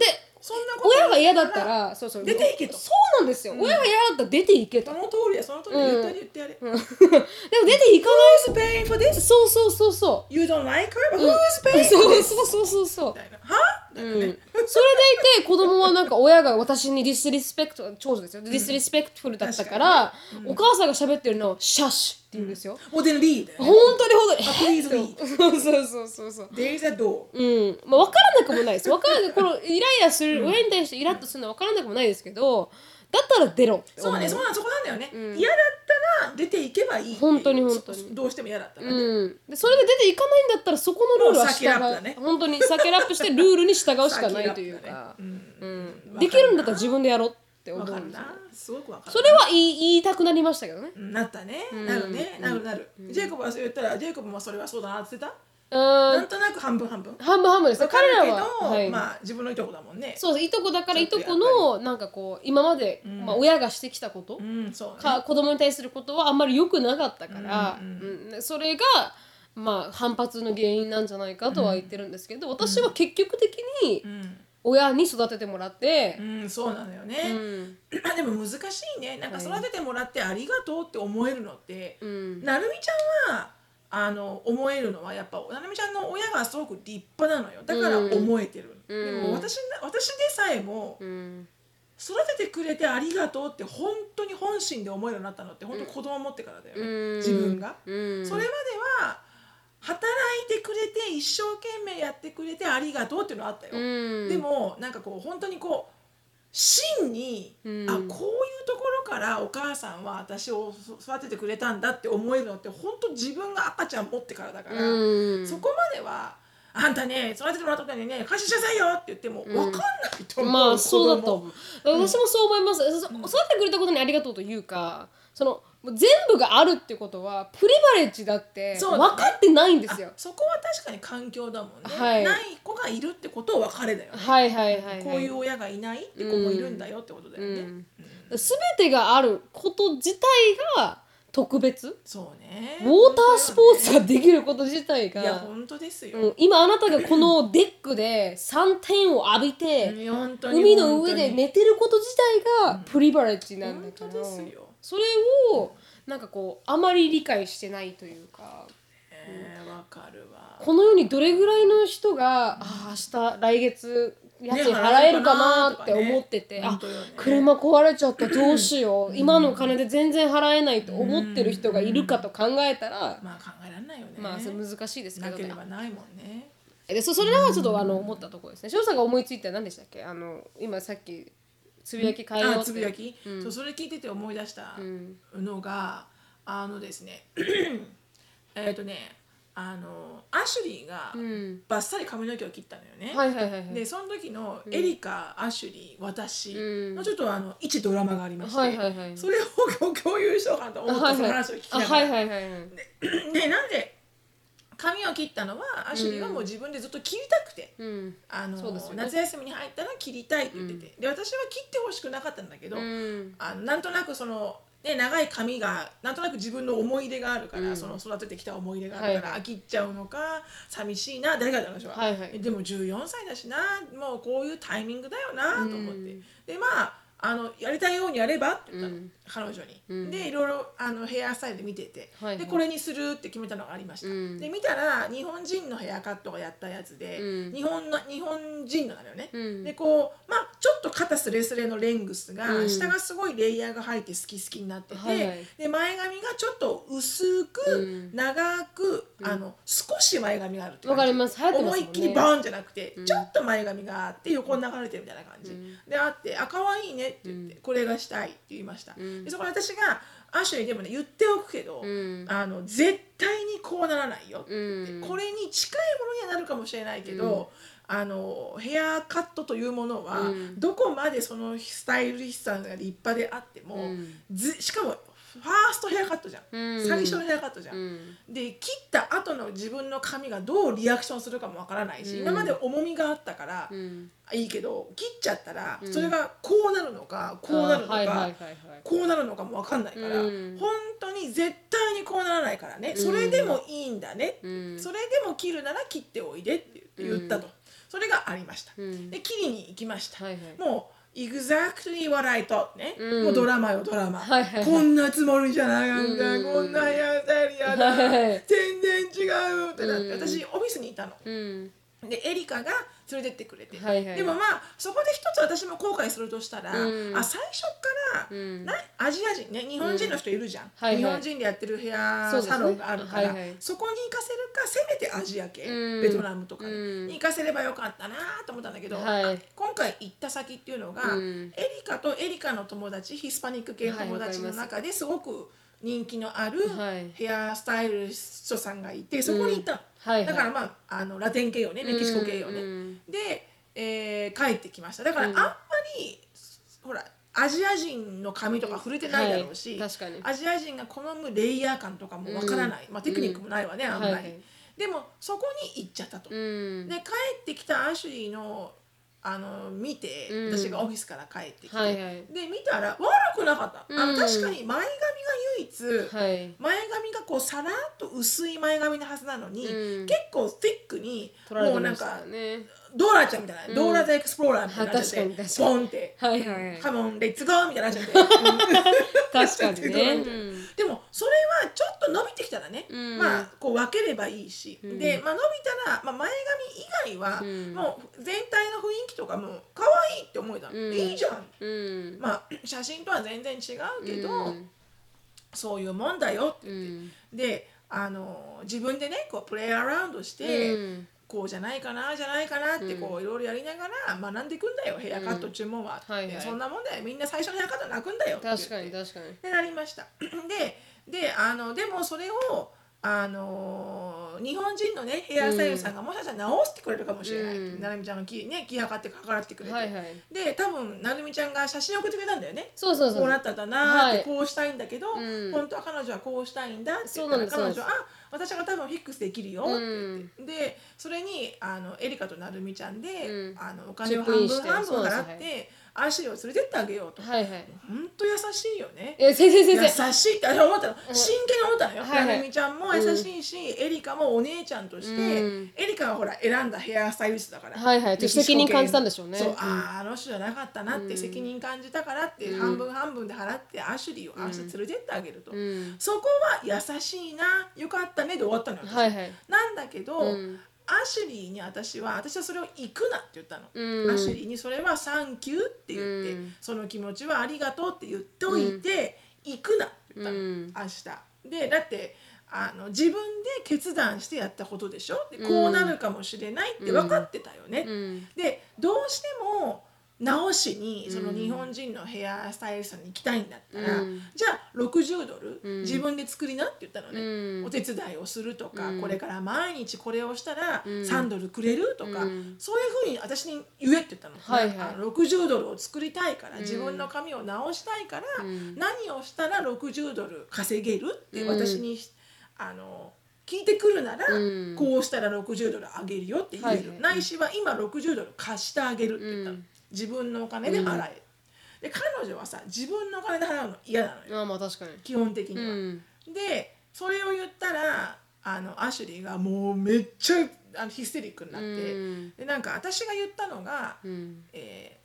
A: で
B: そんなこと
A: 親が嫌だったらそうそう
B: 出ていけと
A: そうなんですよ、親が嫌だったら出ていけと、
B: その通りやその通り言ったり言ってやれ、
A: でも出ていかない
B: Who's paying for this?
A: そうそうそうそう
B: You don't like her? Who's
A: うん
B: paying
A: そ
B: for
A: う
B: this?
A: そうそうそうそう
B: みたいなはだよ
A: うん、それ
B: ね
A: でいて子供はなんか親が私にディスリスペクト長女ですよディスリスペクトフルだったから、お母さんが喋ってるのをシャッシュって言うんですよ、
B: もうで B だよね
A: 本当に本当に
B: あ please read
A: そうそうそうそうそう
B: There's a door
A: うんまあ、分からなくもないです分からないこのイライラする、親に対してイラッとするのは分からなくもないですけどだったら出ろって
B: そう
A: 思
B: ね、そうなんそこなんだよね、嫌だったら出ていけばいいっていう
A: 本当に本当に
B: そどうしても嫌だったらね、
A: うん、でそれで出ていかないんだったらそこのルールは
B: もう
A: 従
B: 避けラップだ
A: う、
B: ね
A: 本当に酒ラップしてルールに従うしかないという
B: 避けラ
A: か
B: ッ、プだね
A: うん
B: うん
A: できるんだったら自分でやろうって思
B: わ
A: う
B: か
A: ん
B: る
A: ですよ
B: なすごくわかる
A: それは言い言いたくなりましたけどね。
B: うんなったね、なるねなるなる、ジェイコブはそう言ったらジェイコブもそれはそうだなって言ってた、
A: うー
B: なんんとなく半分半分
A: 半分半分ですよ。
B: わかる
A: 彼ら
B: け
A: は、
B: ど、
A: はい
B: まあ自分のいとこだもんね
A: そうですいとこだからい
B: ちょ
A: と
B: っと
A: このなんかこう今まで、まあ、親がしてきたこと、
B: うんそうね
A: か子供に対することはあんまり良くなかったから、うんそれが、まあ、反発の原因なんじゃないかとは言ってるんですけど、私は結局的に親に育ててもらって
B: う、んそうなのよね、
A: うん
B: あ <clears throat> でも難しいねなんか育ててもらってありがとうって思えるのって、なるみちゃんはあの思えるのはやっぱなるみちゃんの親がすごく立派なのよだから思えてる、でも私な私でさえも
A: うん
B: 育ててくれてありがとうって本当に本心で思えるようになったのって本当子供持ってからだよね、
A: うん
B: 自分が、
A: うん
B: それまでは働いてくれて一生懸命やってくれてありがとうっていうのはあったよ、
A: うん
B: でもなんかこう本当にこう真に、
A: うん
B: あこういうところからお母さんは私を育ててくれたんだって思えるのって本当自分が赤ちゃん持ってからだから、
A: うん
B: そこまでは「あんたね育ててもらったのにね貸ししなさいよ」って言っても分かんないと思う、
A: まあ
B: 子供
A: そうだと思う私もそう思います、そ育ててくれたことにありがとうというかそのもう全部があるってことはプリバレッジだって
B: そ
A: 分
B: うだね
A: かってないんですよ
B: あ、そこは確かに環境だもんね、
A: はい
B: ない子がいるってことは別れだよね、
A: はいはいはい、はい、
B: こういう親がいないって子もいるんだよってことだよね、
A: うん全てがあること自体が特別
B: そうね
A: ウォータースポーツができること自体
B: いや
A: が、
B: 本当ですよ、
A: うん、今あなたがこのデックで3点を浴びて、
B: 本当に
A: 海の上で
B: 本
A: 寝てること自体がプリバレッジなんだか
B: 本
A: ら
B: 当ですよ
A: それをなんかこうあまり理解してないというか
B: 当にえーわかるわ
A: この世にどれぐらいの人が、ああ明日来月家賃払えるかなって思ってて、
B: ね
A: あ
B: 払えるかなとかね
A: 車壊れちゃったどうしよう、今の金で全然払えないと思ってる人がいるかと考えたら、
B: まあ考えられないよね。
A: まあそれ難しいですけ
B: な
A: ど
B: けれ
A: ね
B: ばないもんね。
A: でそそれはちょっとあの思ったところですね翔さんが思いついた何でしたっけあの今さっきつぶやき変えようって
B: あつぶやき、そうそれ聞いてて思い出したのが、あのですね <clears throat> えっとねあのアシュリーが
A: うん
B: バッサリ髪の毛を切ったのよね。
A: はいはいはいはい
B: でその時のエリカ、アシュリー私
A: うん
B: のちょっとあの一ドラマがありまして、
A: はいはいはい
B: それを <laughs> ご共有しようかなと思った、その話を聞きながら、
A: はいはいはいはい
B: <laughs> でなんで髪を切ったのはアシュリーはもう自分でずっと切りたくて、
A: うん
B: あの
A: そうですよね
B: 夏休みに入ったら切りたいって言ってて、で私は切ってほしくなかったんだけど、
A: うん
B: あのなんとなくその、ね、長い髪がなんとなく自分の思い出があるから、
A: うん
B: その育ててきた思い出があるから、
A: はいはい
B: 飽きっちゃうのか寂しいな誰かだ私は、
A: はいはい
B: でも14歳だしなもうこういうタイミングだよなと思って、
A: うん
B: でまああのやりたいようにやればって言ったの、
A: うん
B: 彼女に、
A: うん
B: でいろいろあのヘアスタイル見てて、
A: はいはい
B: でこれにするって決めたのがありました、
A: うん
B: で見たら日本人のヘアカットがやったやつで、
A: うん
B: 日本の日本人のなのよね、
A: うん
B: でこうまあちょっと肩スレスレのレングスが、
A: うん
B: 下がすごいレイヤーが入って好き好きになってて、
A: はいはい
B: で前髪がちょっと薄く、
A: うん
B: 長く、あの少し前髪があるって感じ
A: わかります流行ってますもんね
B: 思いっきりバーンじゃなくて、ちょっと前髪があって横に流れてるみたいな感じ、であって「あ可愛いね」って言って、これがしたい」って言いました、
A: ん
B: でそこで私が「アシュリーでもね言っておくけど、
A: うん
B: あの絶対にこうならないよ」って言って、
A: うん
B: これに近いものにはなるかもしれないけど、あのヘアカットというものは、
A: うん
B: どこまでそのスタイリストさんが立派であっても、
A: うん
B: ずしかもファーストヘアカットじゃん、
A: うん
B: 最初のヘアカットじゃん。
A: うん
B: で切った後の自分の髪がどうリアクションするかもわからないし、
A: うん
B: 今まで重みがあったから、
A: うん
B: いいけど切っちゃったら、
A: うん
B: それがこうなるのかこうなるのか、
A: あーはいはいはいはい
B: こうなるのかもわかんないから、
A: うん
B: 本当に絶対にこうならないからね、
A: うん
B: それでもいいんだね、
A: うん
B: それでも切るなら切っておいでって言ったと、それがありました、
A: うん
B: で切りに行きました、
A: はいはい
B: もう exactly what I thought ね、
A: うん
B: もうドラマよドラマ、
A: はいはいはい
B: こんなつもりじゃなかった、
A: うん
B: こんなヘアスタイルやだ、
A: はいはい
B: 全然違うってなって、
A: うん
B: 私オフィスにいたの、
A: うん
B: でエリカが連れてってくれて、
A: はいはい
B: でもまあそこで一つ私も後悔するとしたら、
A: うん
B: あ最初から、
A: うん
B: なアジア人ね日本人の人いるじゃん、
A: はいはい
B: 日本人でやってるヘア
A: そうですね
B: サロンがあるからそ,、
A: はいはい
B: こに行かせるかせめてアジア系、
A: うん
B: ベトナムとかに,、
A: うん
B: 行かせればよかったなと思ったんだけど、
A: はい
B: 今回行った先っていうのが、
A: うん
B: エリカとエリカの友達ヒスパニック系の友達の
A: はいわ
B: 中ですごく人気のある
A: はい
B: ヘアスタイリストさんがいてそこに行ったの。
A: はいはい
B: だからまああのラテン系よねメキシコ系よね、
A: うんうん
B: で、えー帰ってきましただからあんまり、ほらアジア人の髪とか触れてないだろうし、
A: はい確かに
B: アジア人が好むレイヤー感とかもわからない、まあ、テクニックもないわね、あんまり、
A: はいはい
B: でもそこに行っちゃったと、
A: うん
B: で帰ってきたアシュリーのあの見て、
A: うん
B: 私がオフィスから帰ってきて、
A: はいはい
B: で見たら悪くなかった、あの
A: うん
B: 確かに前髪が唯一、
A: はい
B: 前髪がこうさらっと薄い前髪のはずなのに、
A: うん
B: 結構スティックに
A: 取られ
B: も
A: て
B: うな
A: ま
B: ん
A: し
B: か
A: たね
B: ドーラちゃんみたいな、
A: ん
B: ドーラザエクスプローラーみたいになっち
A: あ
B: ゃって
A: 確かに確かに
B: ボンって
A: はいはいはい
B: カモンレッツゴーみたいになっちゃってうん
A: <laughs> 確かに
B: ちょっと言
A: ね
B: うとでもそれはちょっと伸びてきたらね、
A: うん
B: まあこう分ければいいし、
A: うん
B: で、まあ、伸びたら、まあ、前髪以外は、
A: うん
B: もう全体の雰囲気とかもう可愛いって思えたの、
A: うん
B: いいじゃん、
A: うん
B: まあ、写真とは全然違うけど、
A: うん
B: そういうもんだよって
A: う
B: 言っ
A: ん
B: て。であの自分でねこうプレイアラウンドして、
A: うん
B: こうじゃないかなじゃないかなってこういろいろやりながら学んでいくんだよヘアカット注文はって、
A: はいはい
B: そんなもんだよみんな最初のヘアカット泣くんだよって言って
A: 確かに確かに
B: でなりました <clears throat> でであのでもそれをあの日本人のねヘアスタイルさんがもしかしたら直してくれるかもしれない、
A: うん
B: なるみちゃんがき、ね、気やかってかからってくれて、
A: はいはい
B: で多分なるみちゃんが写真送ってくれたんだよね
A: そうそうそ
B: こうな
A: う
B: ったんだなーっ
A: は
B: て
A: い
B: こうしたいんだけど、
A: うん
B: 本当は彼女はこうしたいんだって言
A: そ
B: った
A: うな
B: ら
A: んです
B: 彼
A: そ
B: 女
A: う
B: は
A: で
B: あ私が多分フィックスできるよって言って、でそれにあのエリカとなるみちゃんで、
A: うん
B: あのお金を
A: チップイ
B: 半
A: ン
B: 分
A: して
B: 半
A: そう
B: 分
A: です
B: 払ってアシュリーを連れてってあげようと
A: はいはい
B: 本当優しいよね。
A: え先生
B: 優
A: 先生
B: しいって私は思ったの真剣に思ったのよ、
A: はいはい
B: なるみちゃんも優しいし、エリカもお姉ちゃんとして、
A: うん
B: エリカはほら選んだヘアスタイリストだから
A: はいはいちょっと責任感じたんでしょうね
B: そう
A: うん
B: あああの人じゃなかったなって責任感じたからって、半分半分で払ってアシュリーを明日連れてってあげると、
A: うん
B: そこは優しいなよかったねで終わったのよ私
A: はいはい
B: なんだけど、
A: うん
B: アシュリーに私は私はそれを「行くな」って言ったの、
A: うん
B: アシュリーに「それはサンキュー」って言って、
A: うん
B: その気持ちは「ありがとう」って言っておいて「行くな」って言ったの、
A: うん
B: 明日でだってあの自分で決断してやったことでしょでこうなるかもしれないって分かってたよね、
A: うん
B: でどうしても直しにその
A: うん
B: 日本人のヘアスタイリストに行きたいんだったら、
A: うん
B: じゃあ60ドル、
A: うん
B: 自分で作りなって言ったのね、
A: うん
B: お手伝いをするとか、
A: うん
B: これから毎日これをしたら
A: うん
B: 3ドルくれるとか、
A: うん
B: そういうふうに私に言えって言ったの,、
A: はいはい
B: あの60ドルを作りたいから、
A: うん
B: 自分の髪を直したいから、
A: うん
B: 何をしたら60ドル稼げるって
A: うん
B: 私に、あの聞いてくるなら、
A: うん
B: こうしたら60ドルあげるよって言える、
A: はいはい
B: ないしは今60ドル貸してあげるって言ったの、
A: うん
B: 自分のお金で払え、で彼女はさ自分のお金で払うの嫌なのよ
A: あまあ確かに
B: 基本的に
A: う
B: は、
A: ん
B: でそれを言ったらあのアシュリーがもうめっちゃあのヒステリックになって、
A: うん
B: でなんか私が言ったのが、
A: うん
B: え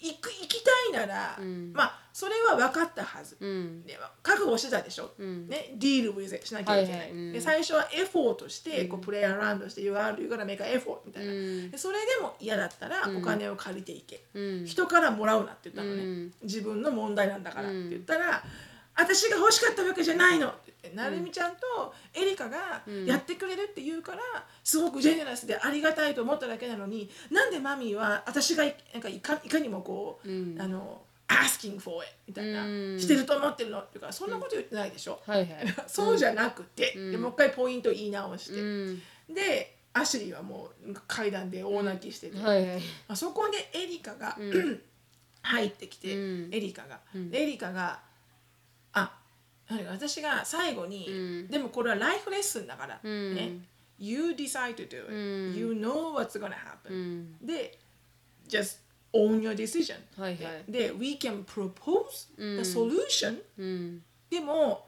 B: ー行く行きたいなら、
A: うん
B: まあそれは分かったはず、
A: うん
B: で覚悟してたでしょ、
A: うん
B: ね、ディール with it しなきゃいけない、
A: はいはいうん
B: で最初はエフォートして、こうプレイアラウンドして You are you gotta make an effort みたいな、
A: うん
B: でそれでも嫌だったら
A: うん
B: お金を借りていけ、
A: うん
B: 人からもらうなって言ったのね、
A: うん
B: 自分の問題なんだから
A: う
B: って
A: ん
B: 言ったら、私が欲しかったわけじゃないのって言ってなるみちゃんとエリカが
A: ん
B: やってくれるって言うからすごくジェネラスでありがたいと思っただけなのになんでマミーは私がいなんかいかいかにもこう、
A: うん
B: あの asking for it みたいな、
A: うん
B: してると思ってるのっていうからそんなこと言ってないでしょ、
A: はいはい
B: <laughs> そうじゃなくて、
A: うん
B: でもう一回ポイント言い直して、
A: うん
B: でアシュリーはもう階段で大泣きしてて、
A: はいはい
B: あそこでエリカが、
A: う
B: <clears throat> 入ってきて、
A: うん
B: エリカが、
A: うん
B: でエリカがあなんか私が最後に、
A: うん
B: でもこれはライフレッスンだから、
A: うん
B: ね You decide to do it、
A: うん
B: You know what's gonna happen、
A: うん
B: で Just own your decision、
A: はいはい
B: で We can propose
A: うん
B: the solution、
A: うん
B: でも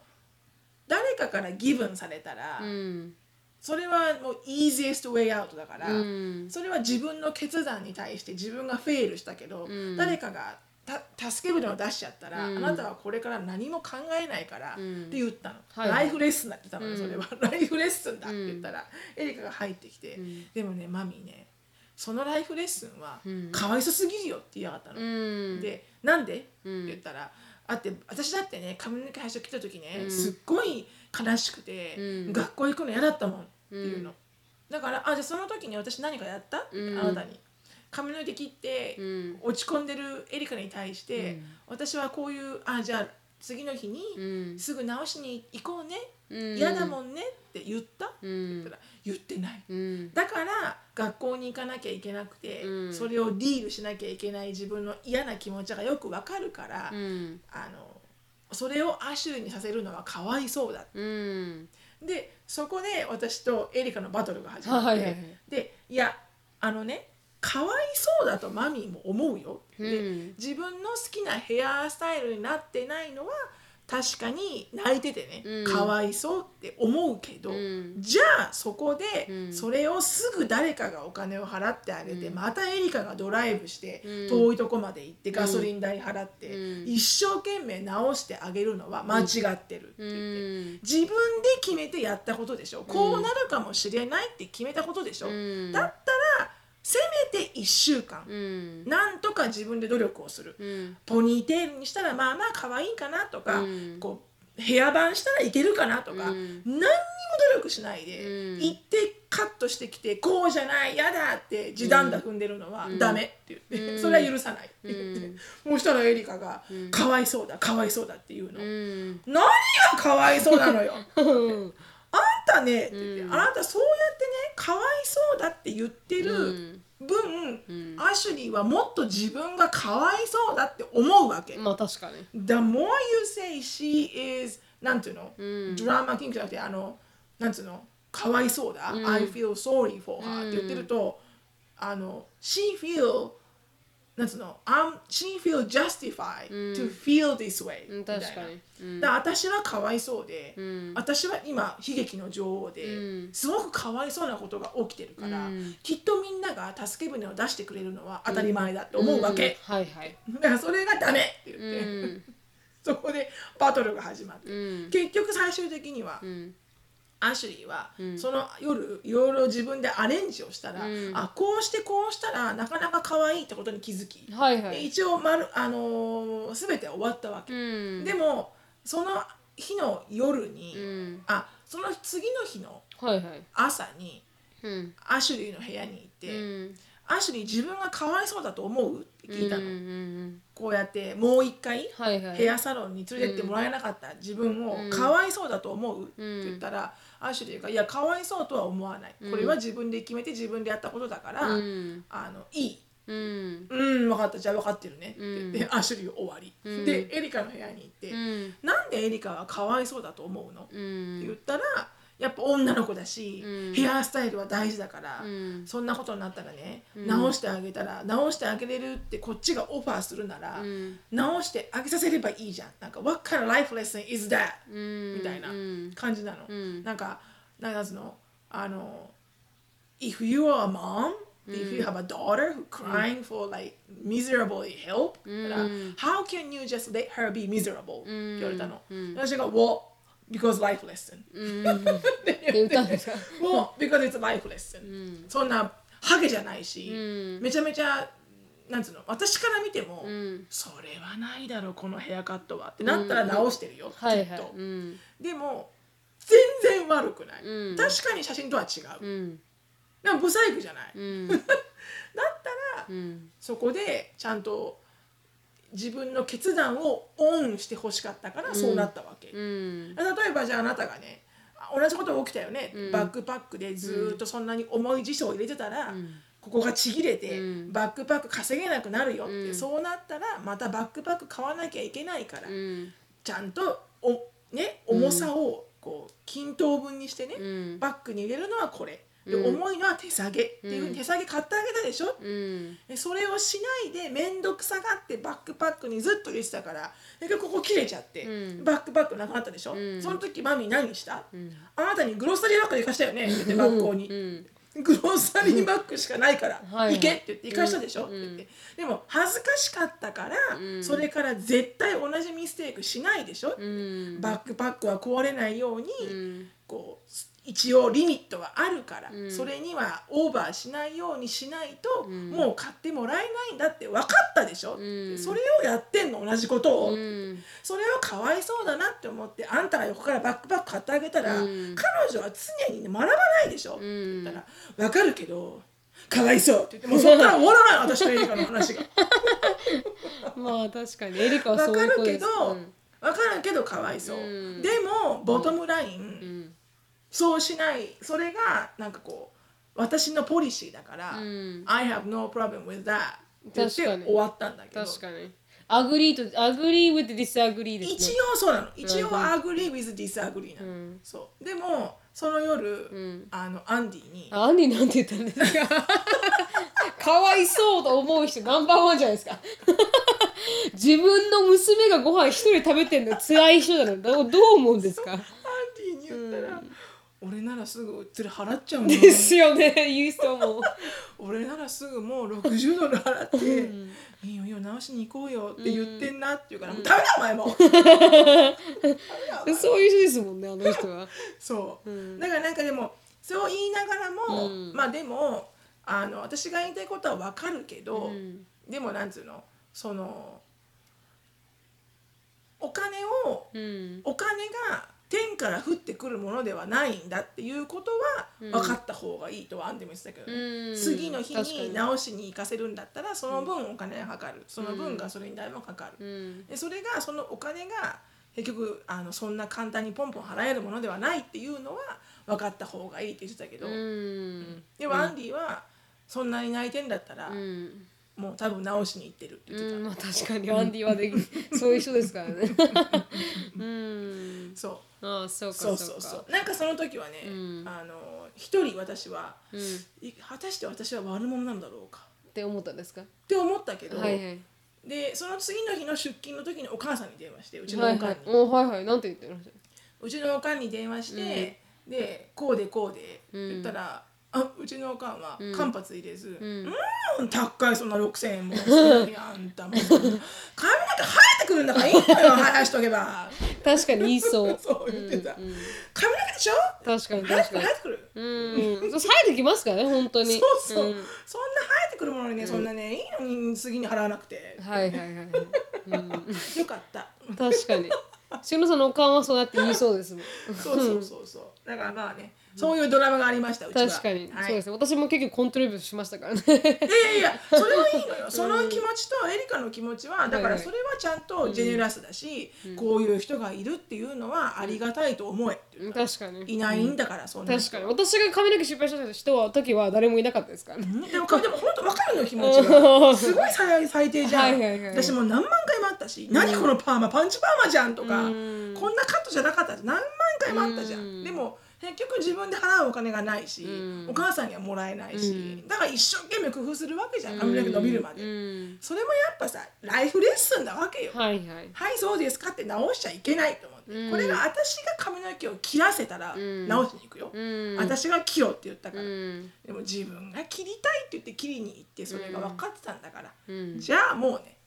B: 誰かからギブンされたら、
A: うん
B: それはもう easiest way out だから、
A: うん
B: それは自分の決断に対して自分がフェールしたけど、
A: うん
B: 誰かがた助け舟を出しちゃったら、
A: うん
B: あなたはこれから何も考えないから、
A: うん
B: って言ったの、
A: はい
B: ライフレッスンだって言ったのね、
A: うん
B: それは <laughs> ライフレッスンだって言ったら、エリカが入ってきて、
A: うん
B: でもねマミーねそのライフレッスンは
A: うん
B: かわいそすぎるよって言いやがったの、
A: うん
B: で「なんで?」って
A: うん
B: 言ったら「あって私だってね髪の毛最初来た時ね、
A: うん
B: すっごい悲しくて、
A: うん
B: 学校行くの嫌だったもん」っていうの、
A: うん
B: だから「あじゃあその時に私何かやった?」って
A: うん
B: あなたに髪の毛切って、
A: うん
B: 落ち込んでるエリカに対して、
A: うん
B: 私はこういう「あじゃあ次の日に
A: うん
B: すぐ直しに行こうね、
A: うん
B: 嫌だもんね」って言った、って
A: うん
B: 言ったら「言ってない」
A: うん
B: だから学校に行かなきゃいけなくて、
A: うん
B: それをディールしなきゃいけない自分の嫌な気持ちがよくわかるから、
A: うん
B: あのそれをアシュリーにさせるのはかわいそうだ
A: うん
B: でそこで私とエリカのバトルが始まって、
A: はいはいはい
B: でいやあのねかわいそうだとマミーも思うよ、
A: うん
B: で自分の好きなヘアスタイルになってないのは確かに泣いててね、
A: うん
B: かわいそうって思うけど、
A: うん
B: じゃあそこで、
A: うん
B: それをすぐ誰かがお金を払ってあげて、
A: うん
B: またエリカがドライブして、
A: うん
B: 遠いとこまで行ってガソリン代払って、
A: うん
B: 一生懸命直してあげるのは間違ってるって
A: う
B: 言って。
A: ん
B: 自分で決めてやったことでしょ、こうなるかもしれないって決めたことでしょ、
A: うん
B: だったらせめて1週間、
A: うん
B: なんとか自分で努力をする、
A: うん
B: ポニーテールにしたらまあまあ可愛いかなとか、
A: うん
B: こうヘアバンしたらいけるかなとか、
A: うん
B: 何にも努力しないで、
A: うん
B: 行ってカットしてきてこうじゃないやだって時短だ踏んでるのはダメって言って、
A: うん
B: それは許さないって言って、もうしたらエリカが、
A: ん
B: かわいそうだかわいそうだって言うの、
A: うん
B: 何がかわいそうなのよ
A: うん
B: あんたね、って言って
A: うん
B: あなたそうやってねかわいそうだって言ってる分、
A: うん
B: アシュリーはもっと自分がかわいそうだって思うわけ。
A: まあ確かに
B: The more you say she is なんていうの、
A: うん
B: ドラマキングじゃなくてあのなんていうのかわいそうだ、
A: うん
B: I feel sorry for her、って言ってるとあの she feel なんていうの I'm, she feel justified
A: うん
B: to feel this way、
A: うん
B: みたいな
A: 確かにうん
B: だから私はかわいそうで、
A: うん
B: 私は今悲劇の女王で、
A: うん
B: すごくかわいそうなことが起きてるから、
A: うん
B: きっとみんなが助け舟を出してくれるのは当たり前だって思うわけ、
A: うんはいはい
B: <laughs> だからそれがダメって言っ
A: う
B: て、
A: ん
B: <laughs> そこでバトルが始まって、
A: うん
B: 結局最終的には、
A: うん
B: アシュリーは、その夜いろいろ自分でアレンジをしたら、あこうしてこうしたらなかなか可愛いってことに気づき、
A: はいは
B: で
A: い。
B: 一応、まるあのー、全て終わったわけ、
A: うん。
B: でもその日の夜に、
A: うん。
B: あその次の日の
A: はいはい。
B: 朝に
A: うん。
B: アシュリーの部屋に行って、
A: うん。
B: アシュリー自分がかわいそうだと思うって聞いたの、
A: うんうんうん
B: こうやってもう一回
A: はいはい。
B: ヘアサロンに連れてってもらえなかった自分をかわいそうだと思うって言ったら、アシュリーが「いやかわいそうとは思わないこれは自分で決めて自分でやったことだから、
A: うん。
B: あのいい」
A: うん。
B: 「うん分かったじゃあ分かってるね」って言って、アシュリー終わり、でエリカの部屋に行って「
A: うん。
B: なんでエリカはかわいそうだと思うの?」って
A: うん。
B: 言ったらやっぱ女の子だし、
A: うん
B: ヘアスタイルは大事だから、
A: うん
B: そんなことになったらね、直してあげたら直してあげれるってこっちがオファーするなら、
A: ん
B: 直してあげさせればいいじゃんなんか「What kind of life lesson is that?」
A: うん。
B: みたいな
A: うん。
B: 感じなの、
A: ん
B: なんかなんかそのあの「If you are a mom If you have a daughter who crying for like miserable help,、だから how can you just let her be miserable?、って言われたの。私が What? Because life lesson.
A: で歌うんですか。
B: もう、because it's a life lesson、そんなハゲじゃないし、めちゃめちゃなんつうの私から見ても、それはないだろうこのヘアカットはってなったら直してるよ、
A: は
B: き
A: い
B: っと、
A: はい。うん。
B: でも全然悪くない、
A: うん
B: 確かに写真とは違う、
A: うん。
B: でも不細工じゃない、
A: うん。
B: <laughs> だったら、
A: うん。
B: そこでちゃんと自分の決断をオンしてほしかったからそうなったわけ、
A: うん。
B: 例えばじゃああなたがねあ同じことが起きたよね、バックパックでずーっとそんなに重い辞書を入れてたら、ここがちぎれて、
A: うん
B: バックパック稼げなくなるよって、
A: うん
B: そうなったらまたバックパック買わなきゃいけないから、
A: うん。
B: ちゃんとお、ね、重さをこう均等分にしてね、
A: うん。
B: バッグに入れるのはこれで、
A: うん
B: 重いのは手提げっていうふうに手提げ買ってあげたでしょ、
A: うん。
B: でそれをしないで面倒くさがってバックパックにずっと入れてたから結局ここ切れちゃって、
A: うん
B: バックパックなくなったでしょ、
A: ん
B: その時マミー何した、
A: ん
B: あなたにグロッサリーバッグで行かした
A: <laughs>
B: よねって言って学校に、
A: うん。
B: グロッサリーバッグしかないから
A: はいはい
B: 行けって言って行かしたでし
A: う
B: ょ、
A: ん
B: って言ってでも恥ずかしかったから、
A: うん
B: それから絶対同じミステイクしないでしょ、
A: うん。
B: バックパックは壊れないように、
A: うん。
B: こう一応リミットはあるから、
A: うん
B: それにはオーバーしないようにしないと、
A: うん
B: もう買ってもらえないんだって分かったでし
A: う
B: ょ、
A: ん
B: それをやってんの同じことを、
A: うん。
B: それはかわいそうだなって思ってあんたが横からバックパック買ってあげたら、
A: うん
B: 彼女は常に、ね、学ばないでしょ、って言ったら「分かるけどかわいそう」って言ってもうそっから終わらない私とエリカの話が。
A: まあ確かにエリカは
B: 分
A: そう
B: か
A: いう
B: る
A: 子
B: け
A: です
B: ど、分かるけどかわいそう、
A: うん
B: でもボトムライン、
A: うん
B: そうしないそれがなんかこう私のポリシーだから、
A: うん
B: I have no problem with that って言っ
A: 確か
B: て
A: に
B: 終わったんだけど
A: 確かにアグリーとアグリー with disagree ですね
B: 一応そうなの一応 agree with disagree なの、
A: うん
B: そうでもその夜、
A: ん
B: あのアンディに
A: あアンディなんて言ったんですか <laughs> かわいそうと思う人ナンバーワンじゃないですか <laughs> 自分の娘がご飯一人食べてんの辛い人なのどうどう思うんですか
B: アンディに言ったら、俺ならすぐ連れ払っ
A: <laughs>
B: ちゃうの
A: ですよね言う人
B: <laughs>
A: も
B: 俺ならすぐもう60ドル払って「いいよいいよ直しに行こうよ」って言ってんなって言うから「もうダメだお前も!」
A: <laughs> そういう人ですもんねあの人は
B: そう、だからなんかでもそう言いながらも、
A: うん
B: まあでもあの私が言いたいことはわかるけど、
A: うん
B: でもなんつうのそのお金を
A: うん
B: お金が天から降ってくるものではないんだっていうことは
A: うん
B: 分かった方がいいとはアンディも言ってたけどね、
A: うん
B: 次の日
A: 確か
B: に
A: に
B: 直しに行かせるんだったらその分お金がかかるその分がそれに代もかかる、
A: うん
B: でそれがそのお金が結局あのそんな簡単にポンポン払えるものではないっていうのは分かった方がいいって言ってたけど、
A: うん
B: でもアンディはそんなに泣いてんだったら、
A: うん
B: もう多分直しに行ってるって言ってた、
A: うんまあ確かにアンディはできそういう人ですから
B: <laughs>
A: ねうん
B: そう
A: ああそうか
B: そう
A: そ
B: そう
A: か
B: うそうなんかその時はね、
A: うん
B: あの一人私は、
A: う
B: い果たして私は悪者なんだろうか
A: って思ったんですか
B: って思ったけど、
A: はいはい
B: でその次の日の出勤の時にお母さんに電話してうちのお
A: は
B: かん
A: い
B: に、
A: はいおはいはいなんて言ってるの
B: うちのおかんに電話して、でこうでこうでって言ったら、あうちのおかんは
A: うん
B: 間髪入れず「
A: う
B: うん
A: ん
B: ん、高いそんな6,000円もいやあんたもう髪の毛生えてくるんだからいいのよ生やしとけば」
A: <laughs> 確かに言いそう。
B: そう言ってた
A: うんうん
B: 髪の毛でしょ
A: 確かに
B: 生えて
A: 確かに
B: くる生え。てくる
A: うん、そう生えてきますからね本当
B: そう
A: に。
B: そう、
A: ん
B: そんな生えてくるものにねそんなねいいのに杉に払わなくて
A: はいはいはいはい。うん、
B: よかった
A: 確かに。しのさんのおかんはそうやって言いそうですもん。
B: そうそうそうそうだからまあねそういうドラマがありましたうちは
A: 確かに、
B: はい
A: そうですね私も結局コントリビュートしましたからね
B: いやいやいやそれはいいのよその気持ちとエリカの気持ちはだか
A: はいは
B: ら
A: い
B: それはちゃんとジェネラスだし、こういう人がいるっていうのはありがたいと思えっていうか
A: 確かに
B: いないんだからそんな
A: 確
B: 人
A: かに私が髪の毛失敗した人は時は誰もいなかったですからね
B: うんでもかでも本当わかるのよ気持ちがすごい最最低じゃん、
A: はいはいはい
B: 私もう何万回もあったし「何このパーマパンチパーマじゃん」とか、
A: うん
B: こんなカットじゃなかったって何万回もあったじゃん、
A: うん
B: でも結局自分で払うお金がないし、
A: うん
B: お母さんにはもらえないし、
A: うん
B: だから一生懸命工夫するわけじゃん髪の毛伸びるまで、
A: うん
B: それもやっぱさライフレッスンなわけよ、
A: はいはい
B: はいそうですかって直しちゃいけないと思って、
A: うん
B: これが私が髪の毛を切らせたら
A: ん
B: 直しに行くよ、
A: うん
B: 私が切ろうって言ったか
A: う
B: ら、
A: ん
B: でも自分が切りたいって言って切りに行ってそれが分かってたんだから、
A: うん
B: じゃあもうね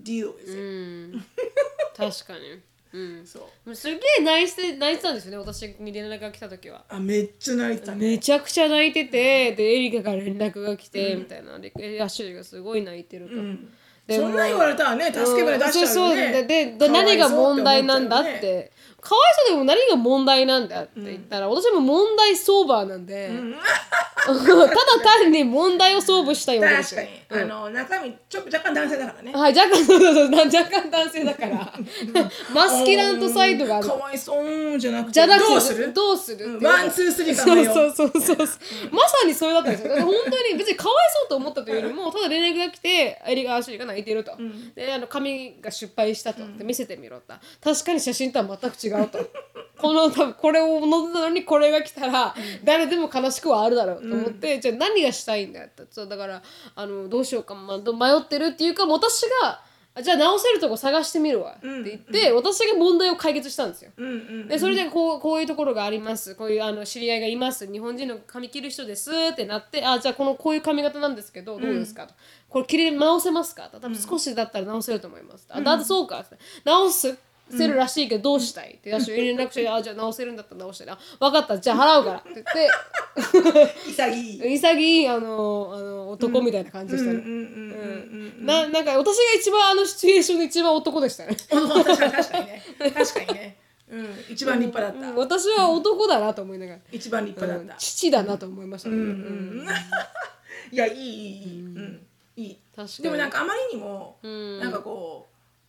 B: deal with
A: う
B: it、
A: ん確かにうん
B: そう
A: もうすげえ泣いて泣いてたんですよね私に連絡が来た時は
B: あめっちゃ泣いてたね
A: めちゃくちゃ泣いててでエリカから連絡が来て、みたいなでアッシュリーがすごい泣いてると、
B: うん
A: で
B: そんな言われたらね助け舟出しちゃう
A: そ
B: よ
A: うそう
B: ね
A: でで
B: かわいそ
A: 何
B: う
A: が問題なんだっ
B: 思ちゃうよね
A: てかわいそうでも何が問題なんだって言ったら、私も問題ソーバーなんで、 <laughs> ただ単に問題をソーブしたいわけです
B: 確
A: よ
B: かに、あの中身ちょっと若干男性だからね
A: はい若干そう <laughs> そうそう若干男性だからマスキュラントサイドがある
B: かわいそうじゃなくて
A: じゃなくて
B: どうする
A: どうする
B: うん
A: っていう
B: ワンツースリー
A: そ
B: 構え
A: う
B: よう
A: そうそうそうまさにそれだったんですよだから本当に別にかわいそうと思ったというよりもただ連絡が来てエリがアシュリーが泣いてると、であの髪が失敗したと、で見せてみろと確かに写真とは全く違う <laughs> とこの多分これを望んだのにこれが来たら誰でも悲しくはあるだろうと思って、じゃあ何がしたいんだってそうだからあのどうしようか、まあ、ど迷ってるっていうかもう私があじゃあ直せるとこ探してみるわって言って、私が問題を解決したんですよ。
B: うんうん
A: でそれでこうこういうところがありますこういうあの知り合いがいます日本人の髪切る人ですってなってあじゃあこのこういう髪型なんですけどどうですか、とこれ切り直せますかと多分少しだったら直せると思います、あだってそうかって直すせるらしいけどどうしたいって私連絡してあじゃあ直せるんだったら直してな分かったじゃあ払うからって言って
B: <laughs> 潔い
A: 潔いあのあの男みたいな感じでしたね、
B: うんうんうんうん
A: ななんか私が一番あのシチュエーションで一番男でしたね
B: うん確かに確かにね確かにね、うん、一番立派だった、
A: うん私は男だなと思いながら、
B: 一番立派だった、
A: 父だなと思いましたね、
B: うんいやいいいいいい、うん、いい
A: 確かに
B: でもなんかあまりにも、
A: ん
B: なんかこう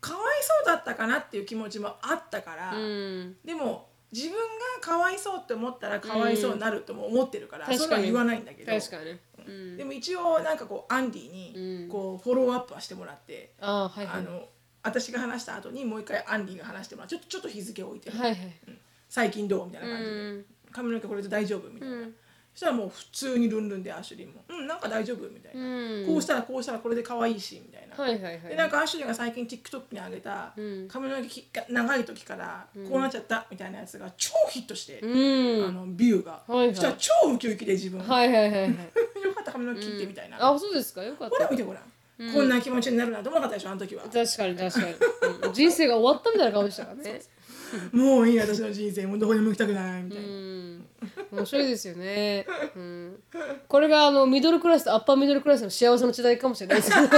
B: かわいそうだったかなっていう気持ちもあったから、
A: うん
B: でも自分がかわいそうって思ったらかわいそうになるとも思ってるから、
A: 確かに
B: それは言わないんだけど
A: 確かに、うん、
B: でも一応なんかこうアンディ
A: う
B: に
A: ん
B: こうフォローアップはしてもらって、
A: あーはいは
B: あ
A: い
B: の私が話した後にもう一回アンディが話してもらってちょっとちょっと日付を置いて、
A: はいはい
B: 最近どうみたいな感じで、
A: うん
B: 髪の毛これで大丈夫みたいな、
A: うん
B: そしたらもう普通にルンルンでアシュリーも「うんなんか大丈夫」みたいな、
A: うん
B: こうしたらこうしたらこれで可愛いしみたいな、
A: はいはいはい
B: でなんかアシュリーが最近 TikTok に上げた
A: うん
B: 髪の毛き長い時からこうなっちゃったみたいなやつが超ヒットして、
A: うん
B: あのビューが、
A: はいはい
B: そしたら超ウキウキで自分、
A: はいはいはいはい
B: <laughs> よかった髪の毛切ってみたいな、
A: あそうですかよかっ
B: ほ
A: た
B: ら見てごらん、こんな気持ちになるなんて思わなかったでしょあの時は、
A: 確かに確かに、うん人生が終わったみたいな顔でしたからね
B: もういい私の人生もうどこにも行きたくないみたいな、
A: うん面白いですよね、うん、これがあのミドルクラスとアッパーミドルクラスの幸せの時代かもしれないです <laughs> ね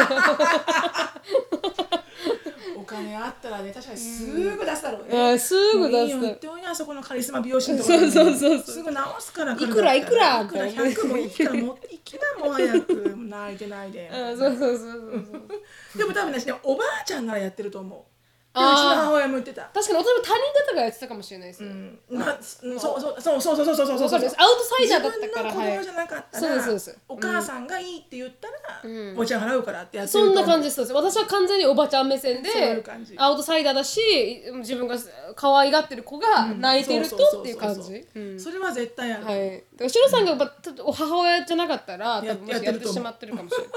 B: お金あったらね確かにすぐ出すだろうね、
A: うんすぐ出す
B: もういいよ言っておいなあそこのカリスマ美容師のとこ
A: そうそうそうそう
B: すぐ直すから
A: いくら
B: いくら
A: いくら
B: 100もいいから持っていきなもう早く泣いてないで
A: あそうそうそうそうそう
B: でも多分私ねおばあちゃんならやってると思うでうちの
A: あー
B: 母親も言ってた
A: 確かに私も他人だとかやってたかもしれないです
B: う
A: ね、
B: んまあそうそうそうそうそうそうそうそうそう
A: わか
B: そ
A: る
B: う
A: ですアウトサイ
B: 自
A: ダーだっ
B: 分
A: たから
B: の子
A: はい
B: 供じゃなかった
A: そう
B: ら、
A: ですそうです
B: お母さんがいいって言ったら、
A: うん
B: お茶払うからってやって
A: そんな
B: と思う
A: 感じですそうです私は完全におばちゃん目線で
B: そういう感じ
A: アウトサイダーだし自分が可愛がってる子が泣いてると
B: そうそうそうそう
A: っていう感じうん
B: それは絶対ある、
A: はいだからしろさんがばたお母親じゃなかったら多
B: や
A: 分もしやってしまってるかもしれない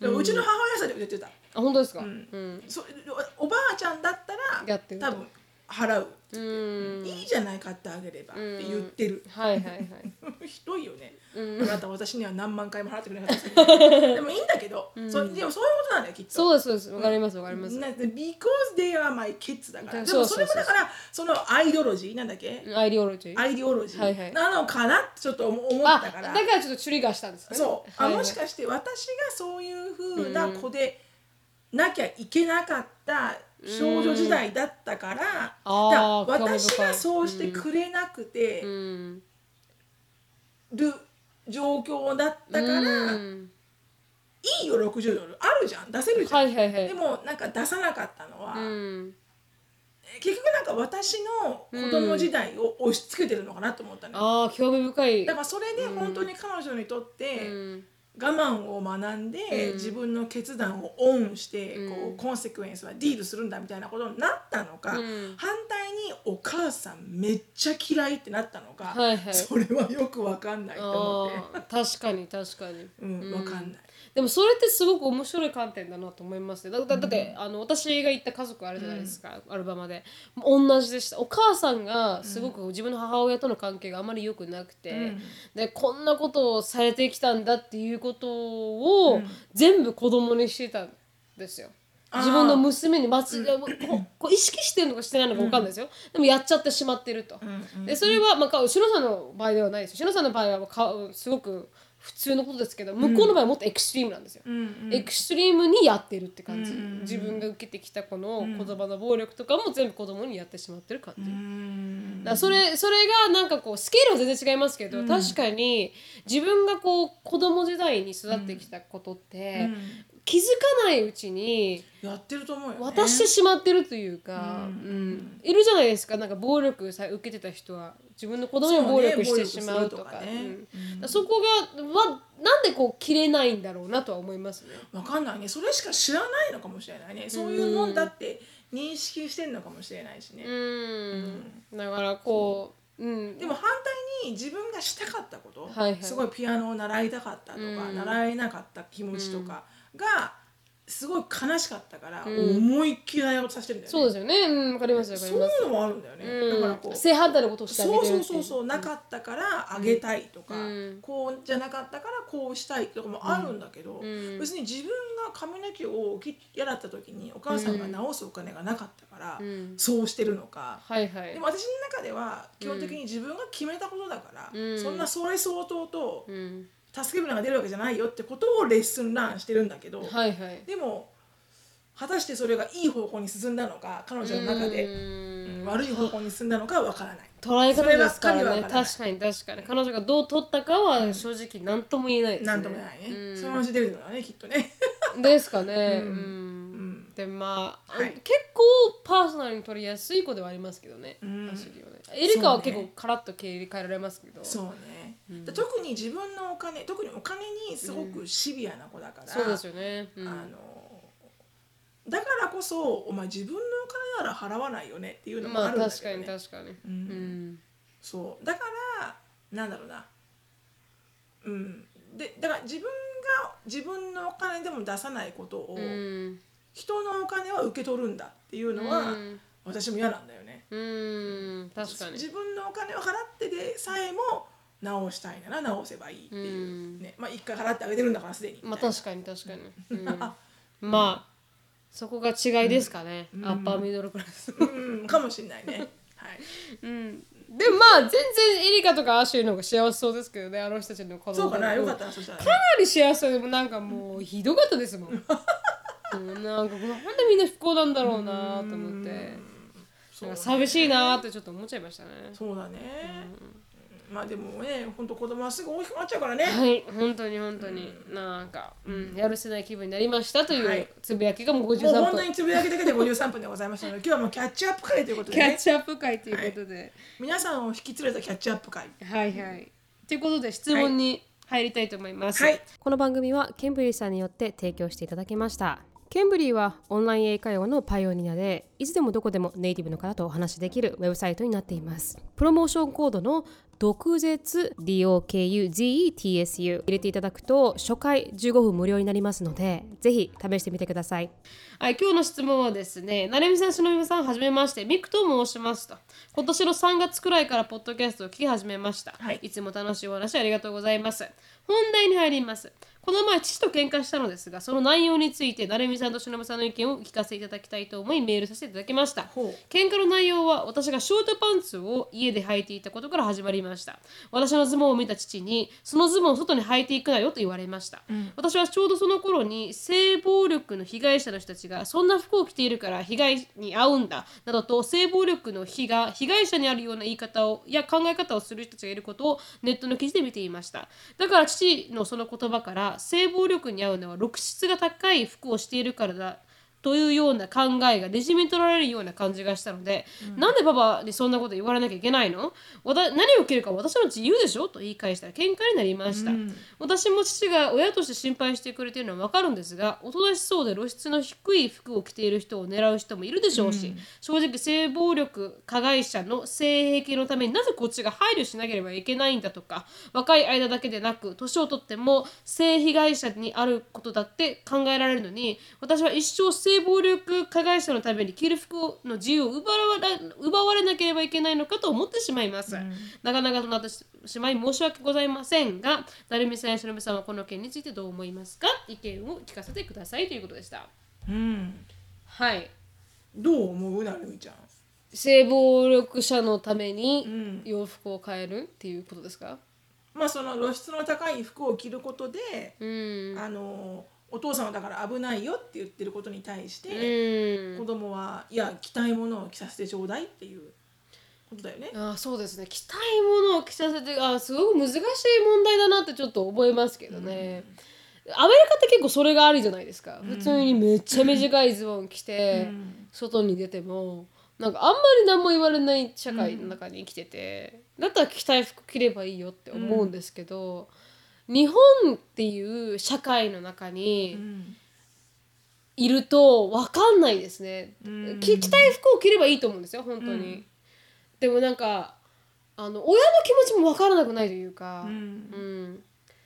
B: でもうちの母親さんでも言ってた、
A: あ本当ですかう
B: うん
A: ん
B: そうおばあちゃんだったら
A: やってると
B: 多分払う
A: うん
B: いいじゃない買ってあげればって言ってる、 <laughs>
A: はいはいはい
B: 当ひどいよね、
A: うん
B: あなた私には何万回も払ってくれなかった
A: <laughs>
B: ですねでもいいんだけど、それでもそういうことなんだよきっと
A: そうですそうですわかりますわかります、
B: な because they are my kids だからで
A: そう
B: も
A: そう
B: そ
A: そう
B: れもだからそのアイドロジーなんだっけ
A: アイデオロジー
B: アイデオロジ
A: はいはい
B: ーなのかなってちょっと思思っ
A: あ
B: たから
A: だからちょっとチュリがしたんですね
B: そうあ
A: はいはい
B: もしかして私がそういう風な子でなきゃいけなかった少女時代だったから
A: あー
B: だから
A: 興味
B: 私
A: 深い
B: がそうしてくれなくて
A: うん
B: る状況だったから
A: う
B: い
A: ん
B: いよ60ドルあるじゃん出せるじゃ
A: は
B: ん。
A: いはいはい
B: でもなんか出さなかったのは、
A: うん
B: 結局なんか私の子供時代を押し付けてるのかなと思ったの、よ
A: ああ興味深い
B: だからそれで本当に彼女にとって、
A: うん
B: 我慢を学んで、自分の決断をオンして、こうコンセクエンスはディールするんだみたいなことになったのか、
A: ん
B: 反対にお母さんめっちゃ嫌いってなったのか、
A: はいはい
B: それはよくわかんないと思って
A: あ。ー確かに確かに
B: うん、わかんない。
A: でもそれってすごく面白い観点だなと思いますねだだだって、あの私が行った家族あるじゃないですか、アルバマで同じでしたお母さんがすごく自分の母親との関係があまり良くなくて、
B: うん
A: でこんなことをされてきたんだっていうことを全部子供にしてたんですよ。
B: あー
A: 自分の娘にまつ、ここう意識してるのかしてないのか分かんないですよ、でもやっちゃってしまってると、でそれは、まあ、かしのさんの場合ではないですよしのさんの場合はかすごく普通のことですけど向こうの場合はもっとエクストリームなんですよ、
B: うん、
A: エクストリームにやってるって感じ、
B: うんうんうん
A: 自分が受けてきたこの言葉の暴力とかも全部子供にやってしまってる感じ、だからそれそれがなんかこうスケールは全然違いますけど、確かに自分がこう子供時代に育ってきたことって、気づかないうちに
B: やってると思うよ、ね。
A: 渡してしまってるというか、うんいるじゃないですかなんか暴力さ受けてた人は自分の子供にも暴力してしまうとか
B: そうね暴力するとかね
A: うんだからそこがはなんでこう切れないんだろうなとは思いますね。
B: わかんないねそれしか知らないのかもしれないねそういうもんだって認識してんのかもしれないしね、
A: うん、だからこううん
B: でも反対に自分がしたかったこと、
A: はいはい
B: すごいピアノを習いたかったとか、
A: うん
B: 習えなかった気持ちとかがすごい悲しかったから、
A: うん
B: 思いっきりやろうとさせてるんだよ
A: そう
B: ね。
A: ですよねうんわかりますわかり
B: そう
A: ます
B: いうのもあるんだよね、だからこ
A: うん、
B: う
A: 正反対のことをしてあげてる
B: そ
A: っ
B: う
A: てい
B: そううそうそうなかったからあげたいとか、
A: うん
B: こうじゃなかったからこうしたいとかもあるんだけど、
A: ん
B: 別に自分が髪の毛を切やらった時にお母さんが直すお金がなかったから、
A: うん
B: そうしてるのか、
A: はいはい
B: でも私の中では基本的に自分が決めたことだから、
A: うん
B: そんなそれ相当と
A: うん、
B: 助け舟が出るわけじゃないよってことをレッスンランしてるんだけど、
A: はいはい
B: でも果たしてそれがいい方向に進んだのか彼女の中で
A: うん
B: 悪い方向に進んだのかわからない。
A: 捉え方ですから
B: そればっかりは
A: ね
B: わからない
A: 確かに確かに彼女がどう取ったかは正直何とも言えないです、ね、
B: なんともないね、
A: うん
B: その話出るのはねきっとね
A: ですかねうん、
B: ん
A: でまあ、
B: はい
A: 結構パーソナルに取りやすい子ではありますけどね、
B: うん
A: 走りはねエリカは
B: そうね
A: 結構カラッと切り替えられますけど
B: そうね、で特に自分のお金特にお金にすごくシビアな子だから、
A: そうですよね、うん、
B: あのだからこそお前自分のお金なら払わないよねっていうのも
A: ま
B: あ
A: あ
B: るんだ
A: 確
B: け
A: か
B: ど、ね
A: に確かにう
B: うん
A: ん、
B: そうだからなんだろうなうんでだから自分が自分のお金でも出さないことを、
A: うん
B: 人のお金は受け取るんだっていうのは、
A: うん
B: 私も嫌なんだよね
A: うん確かに
B: 自分のお金を払ってでさえも直したいなら直せばいいっていう、
A: うん
B: ねまあ一回払ってあげてるんだからすでに
A: まあ
B: みたいな
A: 確かに確かに、
B: <laughs>
A: うん、まあそこが違いですかね、アッパーミドルクラス
B: うんかもしれないねはい
A: うんでもまあ全然エリカとかアシューの方が幸せそうですけどねあの人たちの子供
B: そうかなよか
A: か
B: ったなそしたらね、
A: なり幸せそうでもなんかもうひどかったです <laughs> もんうんなんかなんでみんな不幸なんだろうなと思って
B: そ
A: なん
B: う
A: か寂しいなってちょっと思っちゃいましたね
B: そうだね、まあでもね本当子供はすぐ大きくなっちゃうからね
A: はい本当に本当になんか、うん、やるせない気分になりましたとい
B: は
A: う
B: い
A: つぶやきがもう
B: もう
A: 53
B: 本当に
A: 分
B: つぶやきだけで53分でございましたの
A: <laughs>
B: で今日はもうキャッチアップ会ということで、
A: キャッ
B: ね、
A: チアップ会ということで、
B: 皆さんを引き連れたキャッチアップ会
A: はいはい。ということで質問に入りたいと思います。
B: はい
A: この番組はケンブリーさんによって提供していただきました。ケンブリーはオンライン英会話のパイオニアでいつでもどこでもネイティブの方とお話しできるウェブサイトになっています。プロモーションコードの
C: 毒舌 DOKUZETSU 入れていただくと初回15分無料になりますのでぜひ試してみてください
A: はい、今日の質問はですね、なるみさん、しのみさん、はじめまして、ミクと申しますと。今年の3月くらいからポッドキャストを聞き始めました。
B: はい
A: つも楽しいお話ありがとうございます。本題に入ります。この前、父と喧嘩したのですが、その内容について、なるみさんとしのみさんの意見を聞かせていただきたいと思い、メールさせていただきました。
B: ほう
A: 喧嘩の内容は私がショートパンツを家で履いていたことから始まりました私のズボンを見た父にそのズボンを外に履いていくなよと言われました、私はちょうどその頃に性暴力の被害者の人たちがそんな服を着ているから被害に遭うんだなどと性暴力の被が被害者にあるような言い方をいや考え方をする人たちがいることをネットの記事で見ていましただから父のその言葉から性暴力に遭うのは露出が高い服をしているからだというような考えがねじみ取られるような感じがしたので、なんでパパにそんなこと言われなきゃいけないのわた何を受けるか私の自由でしょと言い返したら喧嘩になりました、私も父が親として心配してくれてるのは分かるんですがおとなしそうで露出の低い服を着ている人を狙う人もいるでしょうし、正直性暴力加害者の性癖のためになぜこっちが配慮しなければいけないんだとか若い間だけでなく年を取っても性被害者にあることだって考えられるのに私は一生性暴力加害者のために着る服の自由を奪われ奪われなければいけないのかと思ってしまいます、なかなかとなってしまい申し訳ございませんが成美さんやしのぶさんはこの件についてどう思いますか意見を聞かせてくださいということでした
B: うん、
A: はい
B: どう思うなるみちゃん
A: 性暴力者のため
B: う
A: に
B: ん
A: 洋服を変えるっていうことですか
B: まあその露出の高い服を着ることで、
A: うん
B: あのお父さんはだから危ないよって言ってることに対し
A: う
B: て、子
A: ん
B: 供はいや着たいものを着させてちょうだいっていうことだよね。
A: あそうですね着たいものを着させてあすごく難しい問題だなってちょっと思いますけどね、アメリカって結構それがあるじゃないですか、普通にめっちゃ短いズボン着て、
B: うん
A: 外に出てもなんかあんまり何も言われない社会の中に生きてて、だったら着たい服着ればいいよって思うんですけど、日本っていう社会の中に、
B: うん
A: いると分かんないですね、
B: うん
A: き着たい服を着ればいいと思うんですよ本当に、
B: うん
A: でもなんかあの親の気持ちも分からなくないというか
B: う、
A: うんん、だ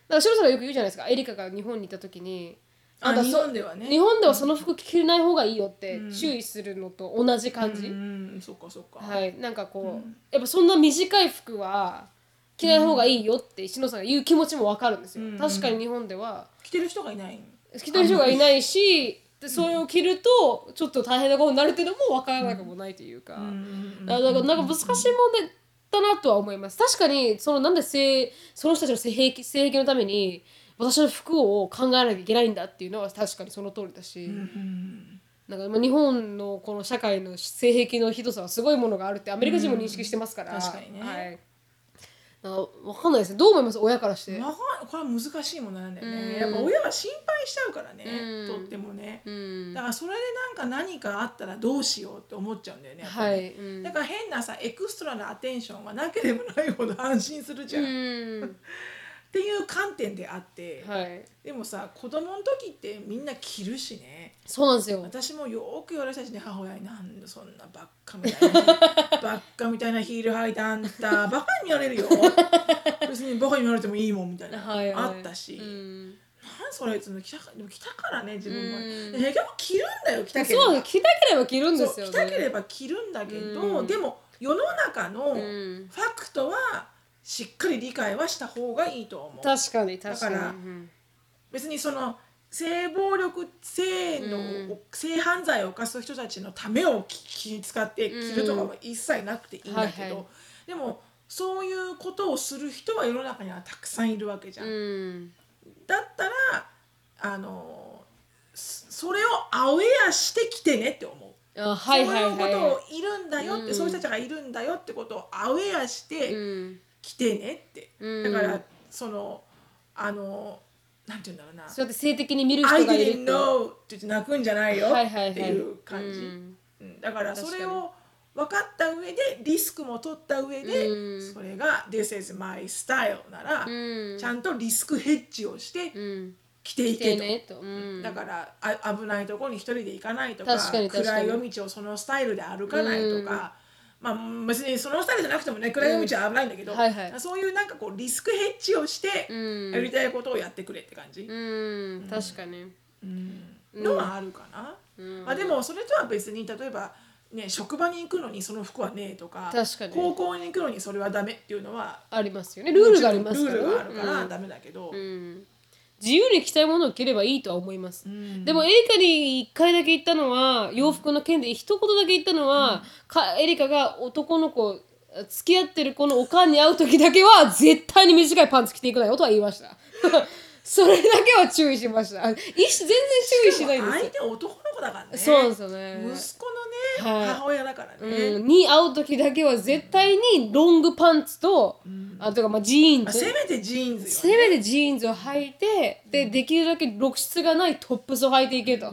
A: から白さんがよく言うじゃないですかエリカが日本にいた時に
B: あ
A: んた
B: 日
A: そ
B: 本ではね。
A: 日本ではその服着ない方がいいよって
B: うん
A: 注意するのと同じ感じ、
B: うんうん、そっかそっか。
A: はいなんかこう、やっぱそんな短い服は着ない方がいいよって篠野さんが言う気持ちも分かるんですよ、
B: うん
A: 確かに日本では
B: 着てる人がいない。
A: 好きな人がいないしでそれを着るとちょっと大変なことになるけども分からなくもないというか、
B: うんうん
A: だからなんか難しい問題だなとは思います確かにそのなんで性その人たちの性癖性癖のために私の服を考えなきゃいけないんだっていうのは確かにその通りだし、
B: うん
A: なんかまあ日本のこの社会の性癖のひどさはすごいものがあるってアメリカ人も認識してますから、
B: うん確かにね
A: はい、だから分かんないですねどう思います親からして、
B: まあこれは難しいものなんだよね、
A: うん
B: やっぱ親は心配しちゃうからね、
A: うん
B: とってもね
A: うん
B: だからそれでなんか何かあったらどうしようって思っちゃうんだよねやっぱり
A: は
B: ね
A: い、うん
B: だから変なさエクストラなアテンションはなければないほど安心するじゃん、
A: う
B: っ
A: ん
B: ていう観点であって、
A: はい
B: でもさ子供の時ってみんな着るしね
A: そうなんですよ
B: 私もよく言われたしね母親に「なんでそんなばっかみた
A: <laughs>
B: いなばっかみたいなヒール履いたあんたバカに見られるよ
A: <laughs>
B: 別にバカに見られてもいいもん」みたいな、
A: はいはい、
B: あったし、
A: うん、
B: なんそれその着たかでも着たからね自分も、
A: うん
B: 結局着るんだよ着たければ
A: そう着たければ着るんで
B: そう
A: すよね
B: 着たければ着るんだけど、
A: うん
B: でも世の中の
A: う
B: フ
A: ん
B: ァクトはしっかり理解はした方がいいと思う
A: 確かに確かに
B: だから
A: うん
B: 別にその性暴力性の、
A: うん
B: 性犯罪を犯す人たちのためをき気に使って着るとかは一切なくていいんだけど、
A: はいはい
B: でもそういうことをする人は世の中にはたくさんいるわけじゃん、
A: うん
B: だったらあのそそれをアウェアしてきてねって思う。
A: あはいはいはい
B: そういうことをいるんだよって、
A: うん
B: そういう人たちがいるんだよってことをアウェアして
A: うん
B: 来てねって、
A: うん
B: だからそのあのなんて言うんだろうな
A: そうやって性的に見
B: 「
A: る
B: I
A: 人がいる
B: didn't know」って言って泣くんじゃないよ
A: はいはいはい
B: っていう感じ、
A: うん
B: うんだからそれ
A: 確かに
B: を分かった上でリスクも取った上で、
A: うん
B: それが「This is my style」なら、
A: うん
B: ちゃんとリスクヘッジをして
A: うん
B: 着てい
A: 着て
B: けと。
A: ねと、うん、
B: だからあ危ないとこに一人で行かないとか
A: 確かに確かに
B: 暗い夜道をそのスタイルで歩かないとかまあ、別にそのスタイルじゃなくてもね暗闇道は危ないんだけど、
A: うんはいはい
B: そういうなんかこうリスクヘッジをして
A: うん
B: やりたいことをやってくれって感じ、
A: うん確かに
B: のはあるかな、まあ、でもそれとは別に例えば、ね、職場に行くのにその服はねえとか
A: 確かに
B: 高校に行くのにそれはダメっていうのは
A: ありますよねルールがあります
B: ル
A: から
B: ールがあるか
A: う
B: ら
A: ん
B: ダメだけど、
A: うん自由に着たいものを着ればいいとは思います、
B: ん
A: でもエリカに一回だけ言ったのは洋服の件で一言だけ言ったのは、かエリカが男の子付き合ってる子のおかんに会う時だけは絶対に短いパンツ着ていくなよとは言いました <laughs> それだけは注意しましたあいし全然注意しないん
B: 相
A: で
B: 手男の子だからね
A: すよそうなんですよね
B: 息子のね、
A: はい
B: 母親だからね、
A: うん、に会う時だけは絶対にロングパンツと、あとかまあジーン
B: まあ
A: ズ
B: せめてジーンズ
A: せ
B: よ、ね、
A: めてジーンズを履いてでできるだけ露出がないトップスを履いていけと、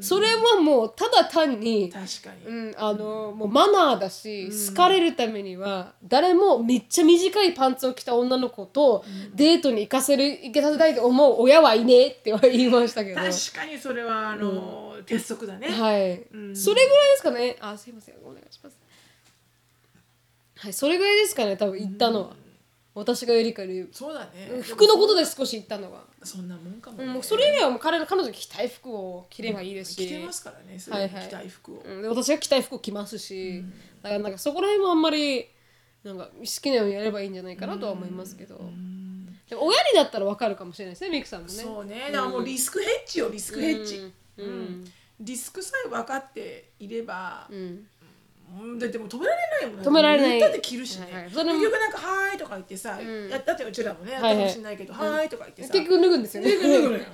A: それはもうただ単に、
B: 確か
A: う
B: に、
A: ん、あのもうマナーだし、好かれるためには誰もめっちゃ短いパンツを着た女の子とデートに行かせる行けさせたいと思う親はいねえっては言いましたけど。
B: 確かにそれはあの、鉄則だね、
A: はい、
B: うん
A: それぐらいですかねあすいませんお願いしますはいそれぐらいですかね多分言ったのは、私がエリカに
B: そうだね
A: 服のこと
B: で
A: で少し言ったのは
B: もそんなもんかも、
A: う
B: ね
A: んもうそれ以外はもう彼の彼女が着たい服を着ればいいですし、
B: 着てますからねそれ、
A: はいはい
B: 着たい服を、
A: うん、で私が着たい服を着ますし、だからなんかそこら辺もあんまりなんか好きなようにやればいいんじゃないかなとは思いますけど、でも親にだったらわかるかもしれないですねミクさんもね
B: そうねだからもうリスクヘッジよリスクヘッジ、
A: うんうん
B: リスクさえ分かっていれば
A: う、ん
B: うん、だってもう止められないもんね
A: 止められない
B: 言ったって着るしね、
A: はいはいそ
B: 結
A: れも
B: 局なんか「はーい」とか言ってさ、
A: ん
B: やったってうちらもねやっ
A: はい
B: たかもしれないけど「はーい」とか言ってさ
A: 結局脱ぐんですよね
B: 脱ぐ脱ぐのよ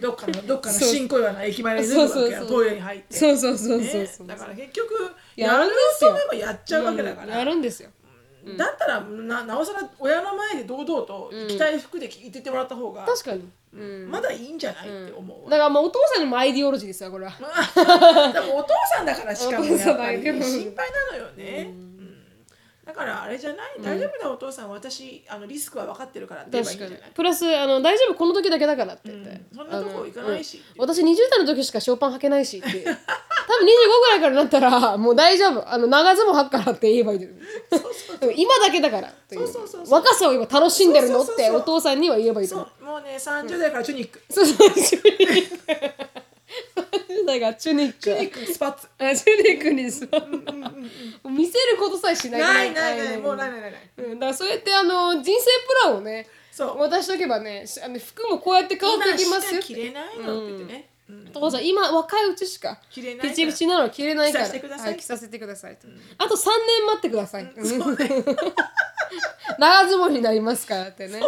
B: どっかでどっかのどっかの
A: そう
B: 新小岩の駅前で脱ぐわけ
A: そうそうそ
B: や
A: う
B: トイレに入って
A: そうそうそうそう
B: ね
A: そう、
B: だから結局
A: やる
B: やる
A: んですよ
B: と思えばやっちゃうわけだか
A: うんや
B: ら、
A: るんですよ
B: だったらななおさら親の前で堂々と着たい服で着てってもらった方が、
A: 確かに、うん、
B: まだいいんじゃないって思うわ
A: だからまあお父さんのアイディオロジーですよこれは
B: <laughs> でもお父さんだからしかも
A: お父さん
B: やっ
A: だ
B: ぱり
A: けど
B: 心配なのよね。うんだからあれじゃない大丈夫だお父さん私あのリスクは分かってるからって言えばいい
A: 確
B: んじ
A: か
B: ゃ
A: に
B: ない
A: プラスあの大丈夫この時だけだからって言って、
B: うんそんなとこ行かないし
A: あのうん私20代の時しかショーパン履けないしって多分25ぐらいからなったらもう大丈夫あの長ズボン履くからって言えばいいのよでも今だけだからっていう
B: そうそうそうそう
A: 若さを今楽しんでるのっ
B: そうそう
A: て
B: そうそう
A: お父さんには言えばいいと
B: そ
A: 思う
B: うもうね30代からチュニック
A: そうそうチュニック30代がチュニック
B: チュニックスパッツ
A: あチュニックに座る見せることさえしない
B: ないないないもうないないないない
A: うん、だからそうやってあの人生プランをね
B: そう
A: 渡しとけばねしあの服もこうやって変わっていき
B: 今
A: ま
B: し
A: すよ
B: か
A: っ
B: 着
A: て
B: れないのって言ってねうん
A: お父さん今若いうちしか
B: 着れないから
A: ピチピチなのは着れないから
B: 着させてください
A: はい着させてくださいと、あと3年待ってください、
B: そうね確か
A: 長ズボンになりますからってね
B: にね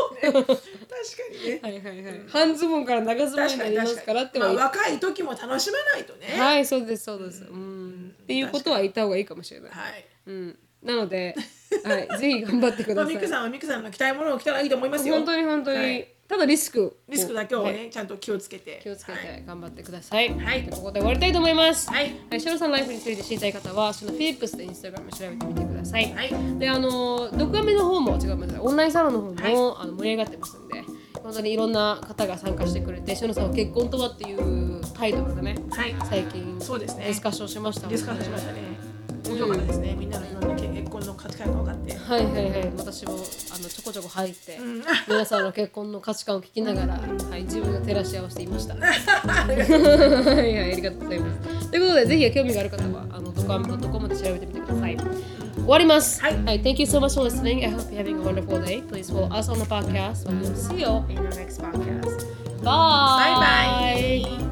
A: はいはいはい半ズボンから長ズボンに
B: 確
A: なり
B: かに
A: ます
B: 確
A: から
B: か
A: って
B: に
A: は
B: まあ
A: 言っ
B: 若い時も楽しまないとねはい
A: はいそうですそうです、うんっていうことは言った方がいいかもしれない、うん、なので、はい、ぜひ頑張ってくだ
B: まあ
A: さい
B: ミクさんはミクさんの着たいものを着たらいいと思いますよ
A: 本当に本当に、
B: はい
A: ただリスク
B: リスクだけを
A: は
B: ね、
A: い
B: ちゃんと気をつけて。
A: 気をつけ
B: はい
A: て頑張ってください。
B: はい
A: というここで終わりたいと思います。
B: はい
A: ショロさんのライフについて知りたい方は、そのフィリップスでインスタグラム調べてみてください。
B: はい
A: で、あの、ドクアメの方も、違う、ごめんなさいオンラインサロンの方も、
B: はい
A: あの盛り上がってますんで、本当にいろんな方が参加してくれて、ショロさんは結婚とはっていうタイトルでね、
B: はい
A: 最近、
B: そうですね
A: ディスカッションしましたので
B: ディスカッションしましたね。面白かったですね。みんなのいろんな結婚の価値観が分かって。
A: はいはいはい、私もあのちょこちょこ入って、
B: ん
A: 皆さんの結婚の価値観を聞きながら、はい、自分が照らし合わせていま
B: <laughs>
A: した。はいはい、ありがとうございます。ということで、ぜひ興味がある方は、あの、ドカンドットコムで調べてみてください。終わります。
B: はい
A: Thank you so much for listening. I hope you're having a wonderful day. Please follow us on the podcast. and We'll see you in the next podcast. Bye.
B: バイバイ。